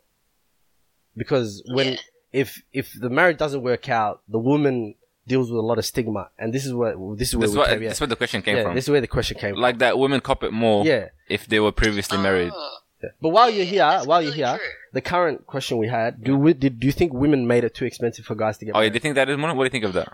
S2: Because when
S3: Yeah.
S2: if if the marriage doesn't work out, the woman deals with a lot of stigma, and this is where this is where
S1: that's
S2: we
S1: what
S2: came. Yeah,
S1: that's where the question came
S2: yeah
S1: from.
S2: this is where the question came.
S1: Like that, women cop it more
S2: from. Yeah,
S1: if they were previously married.
S3: Oh,
S2: yeah. But while you're
S3: yeah,
S2: here,
S3: that's
S2: while you're
S3: really
S2: here,
S3: true.
S2: the current question we had: Do we, did do you think women made it too expensive for guys to get?
S1: Oh, yeah,
S2: married?
S1: do you think that is Mona? What do you think of that?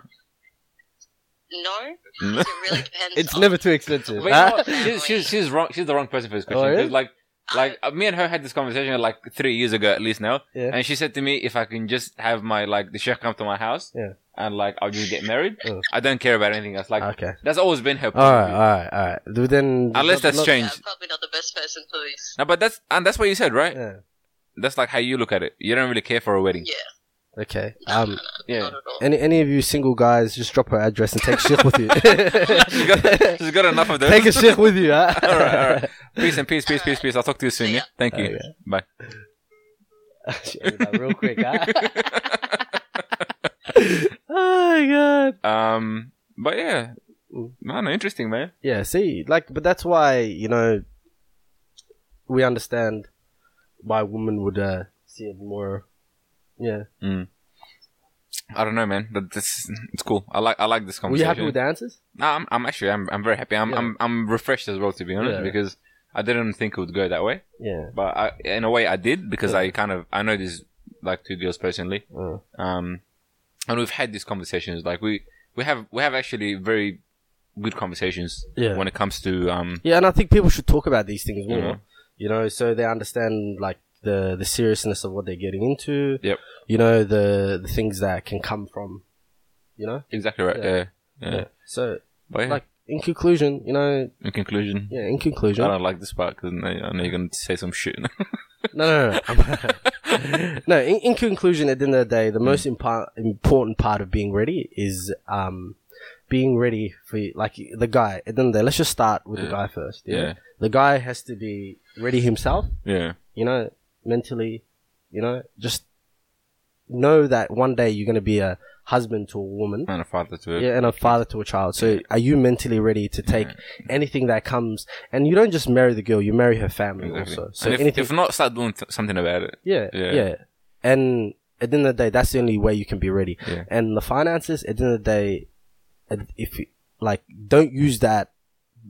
S3: No,
S1: [laughs] No.
S3: it really depends.
S2: It's
S3: [laughs] on-
S2: never too expensive.
S1: Wait,
S2: huh?
S1: no, she's, she's, she's wrong. She's the wrong person for this question.
S2: Oh, really?
S1: 'Cause, Like, like uh, me and her had this conversation like three years ago, at least now.
S2: Yeah.
S1: And she said to me, if I can just have my like the chef come to my house,
S2: Yeah.
S1: and like I'll just get married.
S2: Oh.
S1: I don't care about anything else. Like
S2: [laughs] okay.
S1: that's always been her. point
S2: All
S1: of
S2: right,
S1: view.
S2: all right, all right. Th- Then
S1: Unless
S2: not-
S1: that's
S2: not-
S3: Yeah,
S1: changed.
S3: I'm probably not the best person for this.
S1: No, but that's and that's what you said, right?
S2: Yeah.
S1: That's like how you look at it. You don't really care for a wedding.
S3: Yeah,
S2: Okay. Um.
S1: Yeah.
S3: not at all.
S2: Any any of you single guys, just drop her address and take a shit
S1: [laughs]
S2: with you.
S1: she's,
S2: [laughs]
S1: got, she's got enough of those.
S2: take a shit with you. Huh?
S1: all right, all
S2: [laughs]
S1: right. [laughs] Peace and peace, peace, peace, peace. I'll talk to you soon. Yeah. Thank you.
S2: Okay.
S1: Bye.
S2: She ended up real quick.
S1: [laughs]
S2: Huh? oh my god.
S1: Um, but yeah,
S2: Mm.
S1: man, interesting, man.
S2: Yeah. See, like, but that's why you know we understand why women would uh, see it more. Yeah.
S1: I don't know, man. That this it's cool. I like I like this
S2: Were you
S1: conversation.
S2: happy with the answers?
S1: No, I'm, I'm actually I'm, I'm very happy. I'm,
S2: Yeah.
S1: I'm I'm refreshed as well, to be honest,
S2: Yeah.
S1: because I didn't think it would go that way,
S2: Yeah.
S1: but I, in a way I did because
S2: Yeah.
S1: I kind of I know these like two girls personally,
S2: Mm.
S1: um, and we've had these conversations. Like we we have we have actually very good conversations
S2: Yeah.
S1: when it comes to um
S2: Yeah, and I think people should talk about these things more.
S1: Mhm.
S2: You know, so they understand like the the seriousness of what they're getting into.
S1: Yep.
S2: You know the the things that can come from. You know.
S1: exactly right.
S2: Yeah.
S1: Yeah. Yeah.
S2: So
S1: But yeah,
S2: like in conclusion, you know,
S1: in conclusion,
S2: yeah, in
S1: I
S2: conclusion.
S1: don't like this part because I know you're gonna say some shit. [laughs]
S2: No, no, no. [laughs] no, in, in conclusion, at the end of the day, the
S1: Mm.
S2: most impa- important part of being ready is um being ready for like the guy. At the end of the day, let's just start with the
S1: Yeah.
S2: guy first. you
S1: Yeah.
S2: know? The guy has to be ready himself.
S1: yeah.
S2: you know, mentally, you know, just know that one day you're going to be a husband to a woman.
S1: And a father to it.
S2: Yeah, and a father to a child. So, are you mentally ready to take anything that comes? And you don't just marry the girl; you marry her family
S1: Exactly.
S2: also. So,
S1: and if,
S2: anything,
S1: if not, start doing th- something about it.
S2: yeah, yeah,
S1: yeah.
S2: And at the end of the day, that's the only way you can be ready.
S1: Yeah.
S2: And the finances, at the end of the day, and if you, like, don't use that.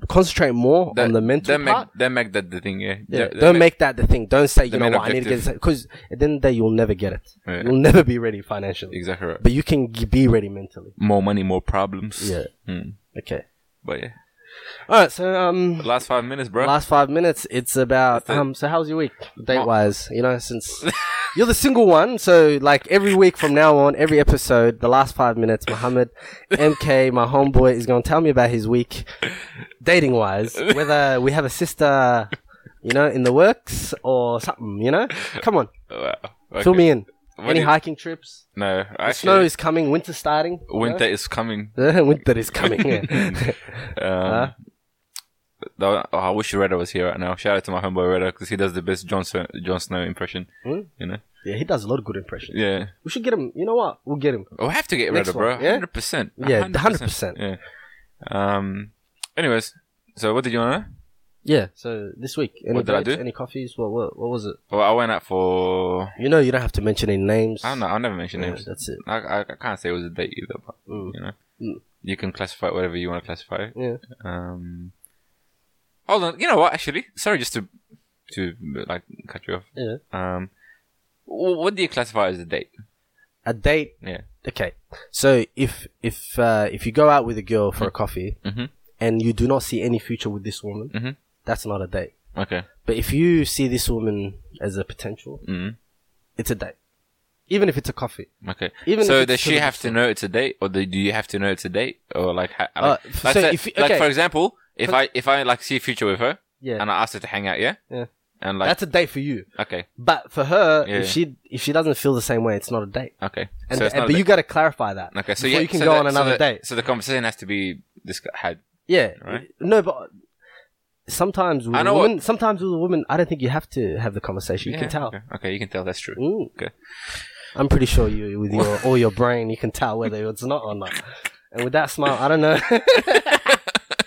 S2: Concentrate more on the mental
S1: Don't
S2: part.
S1: make, don't make that the thing. Yeah.
S2: Yeah,
S1: Don't-
S2: don't make that the thing. Don't say, you
S1: the
S2: know
S1: main
S2: what, I need to get this. Because at the end of the day, you'll never get it.
S1: Yeah.
S2: You'll never be ready financially.
S1: exactly right.
S2: But you can g- be ready mentally.
S1: More money, more problems.
S2: Yeah.
S1: Hmm.
S2: Okay.
S1: But yeah,
S2: All right. So, um,
S1: last five minutes, bro.
S2: last five minutes, it's about,
S1: That's it.
S2: um, so how's your week? Date wise, you know, since [laughs] you're the single one. So, like, every week from now on, every episode, the last five minutes, [laughs] Mohammed, MK, my homeboy, is going to tell me about his week, dating wise, whether we have a sister, you know, in the works or something, you know? Come on.
S1: Wow. Okay.
S2: Fill me in.
S1: What
S2: Any
S1: do you-
S2: hiking trips?
S1: No,
S2: The snow
S1: actually,
S2: is coming. Winter starting. you
S1: winter is coming.
S2: [laughs] know? winter is coming. yeah.
S1: [laughs] Um, though- oh, I wish Reda was here right now. Shout out to my homeboy Reda because he does the best Jon Snow, Jon Snow impression.
S2: Hmm?
S1: You know,
S2: yeah, he does a lot of good impressions.
S1: yeah.
S2: We should get him. You know what? We'll get him.
S1: We'll Oh, have to get
S2: Next
S1: Reda,
S2: one,
S1: bro.
S2: yeah?
S1: Hundred percent.
S2: Yeah, 100%.
S1: Yeah. Um. Anyways, So what did you want to know?
S2: Yeah. So this week, any
S1: What did I
S2: grapes,
S1: do?
S2: Any coffees? What, what what was it?
S1: Well, I went out for.
S2: You know, you don't have to mention any names.
S1: I don't know. I'll never mention
S2: Yeah,
S1: names.
S2: That's it.
S1: I, I, I can't say it was a date either, but
S2: Mm.
S1: you know,
S2: Mm.
S1: you can classify it whatever you want to classify. it.
S2: Yeah.
S1: Um, hold on. You know what? Actually, sorry, just to to like cut you off.
S2: Yeah.
S1: Um, wh- what do you classify as a date?
S2: A date.
S1: Yeah.
S2: Okay. So if if uh, if you go out with a girl for a coffee
S1: Mhm.
S2: and you do not see any future with this woman,
S1: Mhm.
S2: that's not a date.
S1: Okay.
S2: But if you see this woman as a potential,
S1: Mm.
S2: it's a date. Even if it's a coffee.
S1: Okay.
S2: Even if
S1: so
S2: it's
S1: does she
S2: sort of
S1: have to know it's a date, or do do you have to know it's a date, or like, ha-
S2: Uh,
S1: like,
S2: f-
S1: like,
S2: so
S1: say-
S2: if-
S1: like,
S2: okay.
S1: for example, if
S2: For-
S1: I if I like see a future with her
S2: Yeah.
S1: and I ask her to hang out, yeah,
S2: Yeah.
S1: and like,
S2: that's a date for you.
S1: okay,
S2: But for her,
S1: Yeah.
S2: if she if she doesn't feel the same way, it's not a date.
S1: okay,
S2: And,
S1: so it's not a
S2: but
S1: date.
S2: you got to clarify that.
S1: Okay, so
S2: before
S1: yeah,
S2: you can
S1: so
S2: go
S1: the-
S2: on
S1: so
S2: another
S1: the-
S2: date.
S1: So the conversation has to be this had.
S2: Yeah.
S1: Right.
S2: No, but sometimes with
S1: I know
S2: a woman, sometimes with a woman, I don't think you have to have the conversation. You
S1: Yeah,
S2: can tell.
S1: Okay. okay, you can tell that's true.
S2: Mm.
S1: Okay.
S2: I'm pretty sure you, with
S1: [laughs]
S2: your all your brain, you can tell whether it's not or not. And with that smile, I don't know.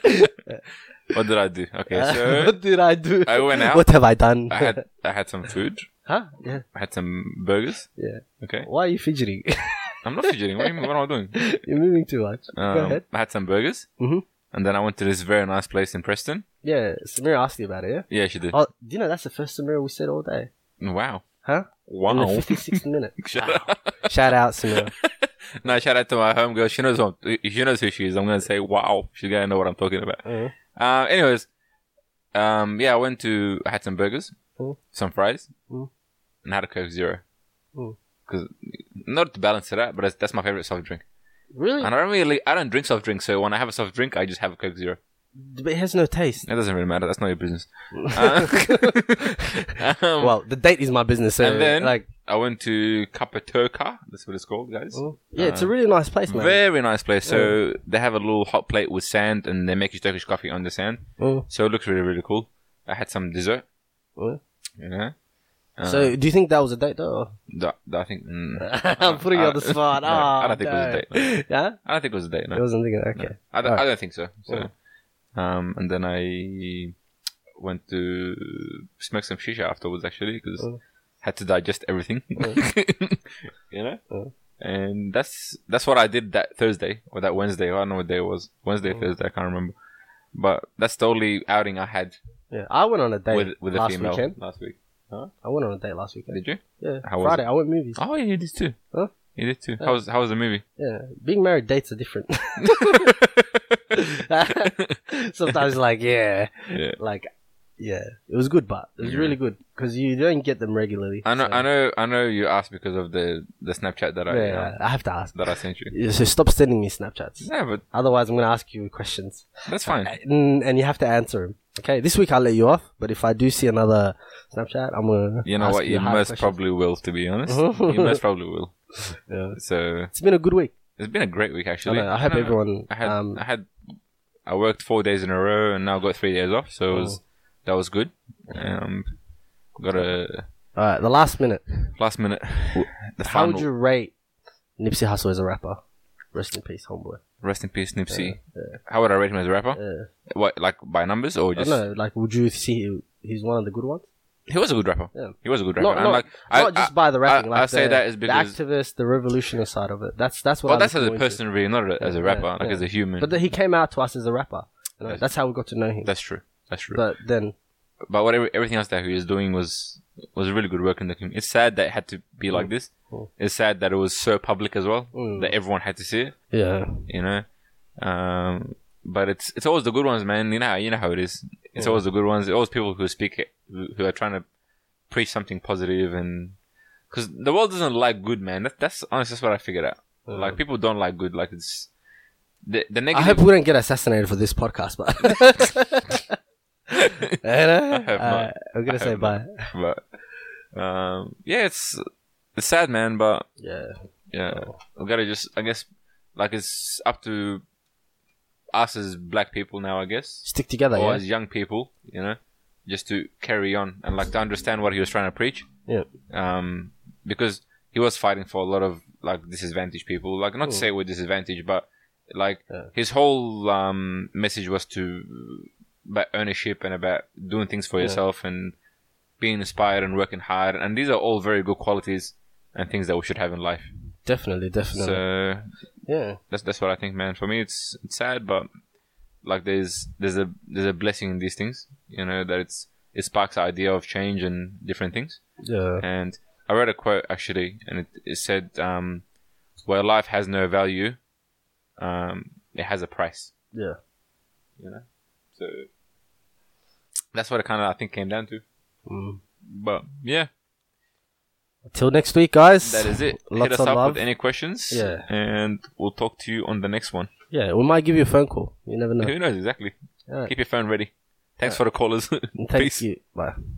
S1: What did I do? Okay, so
S2: Uh, [laughs] what did I do?
S1: I went out.
S2: What have I done?
S1: I had I had some food.
S2: [laughs] huh? Yeah.
S1: I had some burgers.
S2: Yeah.
S1: Okay,
S2: Why are you fidgeting? [laughs]
S1: I'm not fidgeting. What, do you mean? what am I doing?
S2: You're moving too much. Go
S1: Um,
S2: ahead.
S1: I had some burgers,
S2: Mhm.
S1: and then I went to this very nice place in Preston.
S2: Yeah, Samira asked you about it. Yeah.
S1: Yeah, she did.
S2: Oh, do you know that's the first Samira we said all day? Oh.
S1: Wow.
S2: Huh? In
S1: Wow.
S2: the
S1: [laughs]
S2: 56th minute.
S1: Shut up.
S2: Shout out [laughs] Samira.
S1: no, shout out to my homegirl. She knows what, she knows who she is. I'm gonna say wow. She's gonna know what I'm talking about.
S2: Mm.
S1: Uh, anyways, um, yeah, I went to I had some burgers,
S2: Mm.
S1: some fries,
S2: Mm.
S1: and had a Coke Zero.
S2: Mm.
S1: Because not to balance it out, but that's, that's my favorite soft drink.
S2: Really?
S1: And I don't really, I don't drink soft drinks, so when I have a soft drink, I just have a Coke Zero.
S2: But it has no taste.
S1: It doesn't really matter. That's not your
S2: [laughs]
S1: business. Uh, [laughs] um,
S2: Well, the date is my business. So,
S1: And then-
S2: like,
S1: I went to Kapatoka. That's what it's called, guys.
S2: yeah, it's a really Oh, nice place, man.
S1: Uh, Very nice place. So they have a little hot plate with sand, and they make you Turkish coffee on the sand.
S2: Mm.
S1: So it looks really, really cool. I had some dessert.
S2: Mm.
S1: You know. Uh,
S2: so, do you think that was a date, though?
S1: that, that I think. mm,
S2: [laughs] I'm putting you on the
S1: Uh, [laughs]
S2: spot.
S1: no,
S2: Ah,
S1: I don't think it was a
S2: date. Yeah,
S1: I don't think it was a date. No.
S2: it wasn't thinking. Okay,
S1: I don't,
S2: Alright.
S1: I don't think so. So, um, and then I went to smoke some shisha afterwards actually because
S2: Mm.
S1: had to digest everything, [laughs] you know.
S2: Mm.
S1: And that's that's what I did that Thursday or that Wednesday. I don't know what day it was. Wednesday, Thursday, I can't remember. But that's the only outing I had
S2: yeah. I went on a date
S1: with with a
S2: last
S1: female
S2: weekend.
S1: last week.
S2: I went on a date last weekend.
S1: Did you?
S2: Yeah,
S1: How was
S2: Friday. I went movies.
S1: Oh, yeah, you did too.
S2: Huh?
S1: You did too.
S2: Yeah.
S1: How was how was the [laughs] movie?
S2: Yeah, being married dates are different. [laughs] Sometimes, like, yeah,
S1: Yeah.
S2: like, yeah, it was good, but it was
S1: Yeah.
S2: really good because you don't get them regularly.
S1: I know,
S2: so-
S1: I know, I know. You asked because of the the Snapchat that I
S2: Yeah,
S1: uh,
S2: I have to ask.
S1: that I sent you.
S2: Yeah, So stop sending me Snapchats.
S1: Yeah, but
S2: Otherwise, I'm going to ask you questions.
S1: that's fine.
S2: And, and you have to answer them. Okay, this week I'll let you off, but if I do see another Snapchat, I'm going to.
S1: You know what? You most probably will, to be
S2: [laughs]
S1: honest. you most probably will.
S2: Yeah.
S1: So
S2: It's been a good week.
S1: it's been a great week,
S2: I,
S1: actually.
S2: know, I hope
S1: No, no,
S2: everyone.
S1: I had,
S2: um,
S1: I had, I worked four days in a row, and now got three days off. So it
S2: Oh.
S1: was, that was good. Um, got a
S2: all right, the last minute.
S1: last [laughs] minute. The
S2: How would
S1: final.
S2: you rate Nipsey Hussle as a rapper? Rest in peace, homeboy.
S1: Rest in peace, Nipsey. How would I rate him as a rapper?
S2: Uh,
S1: What, like by numbers or
S2: I
S1: just?
S2: don't know, like, would you see he- he's one of the good ones?
S1: He was a good rapper.
S2: Yeah.
S1: He was a good rapper.
S2: Not,
S1: and
S2: not,
S1: like,
S2: not
S1: I,
S2: just by the rapping.
S1: I-
S2: like
S1: I say
S2: the,
S1: that is
S2: the
S1: because-
S2: activist, the revolutionary side of it. That's that's what.
S1: well,
S2: I
S1: that's
S2: look
S1: as a
S2: more into.
S1: person, really, not a- as a
S2: Yeah,
S1: rapper,
S2: yeah,
S1: like
S2: yeah.
S1: as a human.
S2: But then he came out to us as a rapper. You know,
S1: That's-
S2: that's how we got to know him.
S1: that's true. That's true.
S2: But then,
S1: but whatever everything else that he was doing was was really good work in the community. It's sad that it had to be like this.
S2: Mm.
S1: It's sad that it was so public as well
S2: Mm.
S1: that everyone had to see it.
S2: yeah,
S1: You know, um, but it's it's always the good ones, man. You know how you know how it is. It's always the good ones. It's always people who speak who who are trying to preach something positive and because the world doesn't like good, man. That, that's honestly that's what I figured out. Like people don't like good. Like it's the the
S2: I
S1: negative.
S2: hope we don't get assassinated for this podcast,
S1: [laughs]
S2: but. [laughs] I
S1: hope not. I
S2: I'm gonna say
S1: hope
S2: bye.
S1: but um, yeah, it's it's sad, man. But
S2: Yeah,
S1: Yeah, we gotta just. I guess, like it's up to us as black people now. I guess,
S2: stick together.
S1: or
S2: Yeah,
S1: as young people, you know, just to carry on and like to understand what he was trying to preach.
S2: Yeah.
S1: Um, because he was fighting for a lot of like disadvantaged people. Like
S2: Hmm.
S1: not to say we're disadvantaged, but like
S2: Yeah.
S1: his whole um message was to about ownership and about doing things for
S2: Yeah.
S1: yourself and being inspired and working hard. And these are all very good qualities and things that we should have in life.
S2: Definitely, definitely.
S1: So
S2: yeah.
S1: that's that's what I think, man. For me, it's it's sad, but like there's there's a there's a blessing in these things, you know, that it's it sparks the idea of change and different things.
S2: Yeah.
S1: And I read a quote actually, and it, it said, um, "Where life has no value, um, it has a price."
S2: Yeah.
S1: You know, so that's what it kind of I think came down to.
S2: Mm.
S1: But yeah,
S2: Till next week, guys.
S1: that is it. Hit
S2: Lots
S1: us
S2: of
S1: up
S2: love.
S1: with any questions,
S2: Yeah.
S1: and we'll talk to you on the next one.
S2: yeah, we might give you a phone call. You never know.
S1: Who knows exactly?
S2: Alright.
S1: Keep your phone ready. Thanks for the callers. [laughs]
S2: Thank
S1: Mm-hmm. Peace.
S2: you. Bye.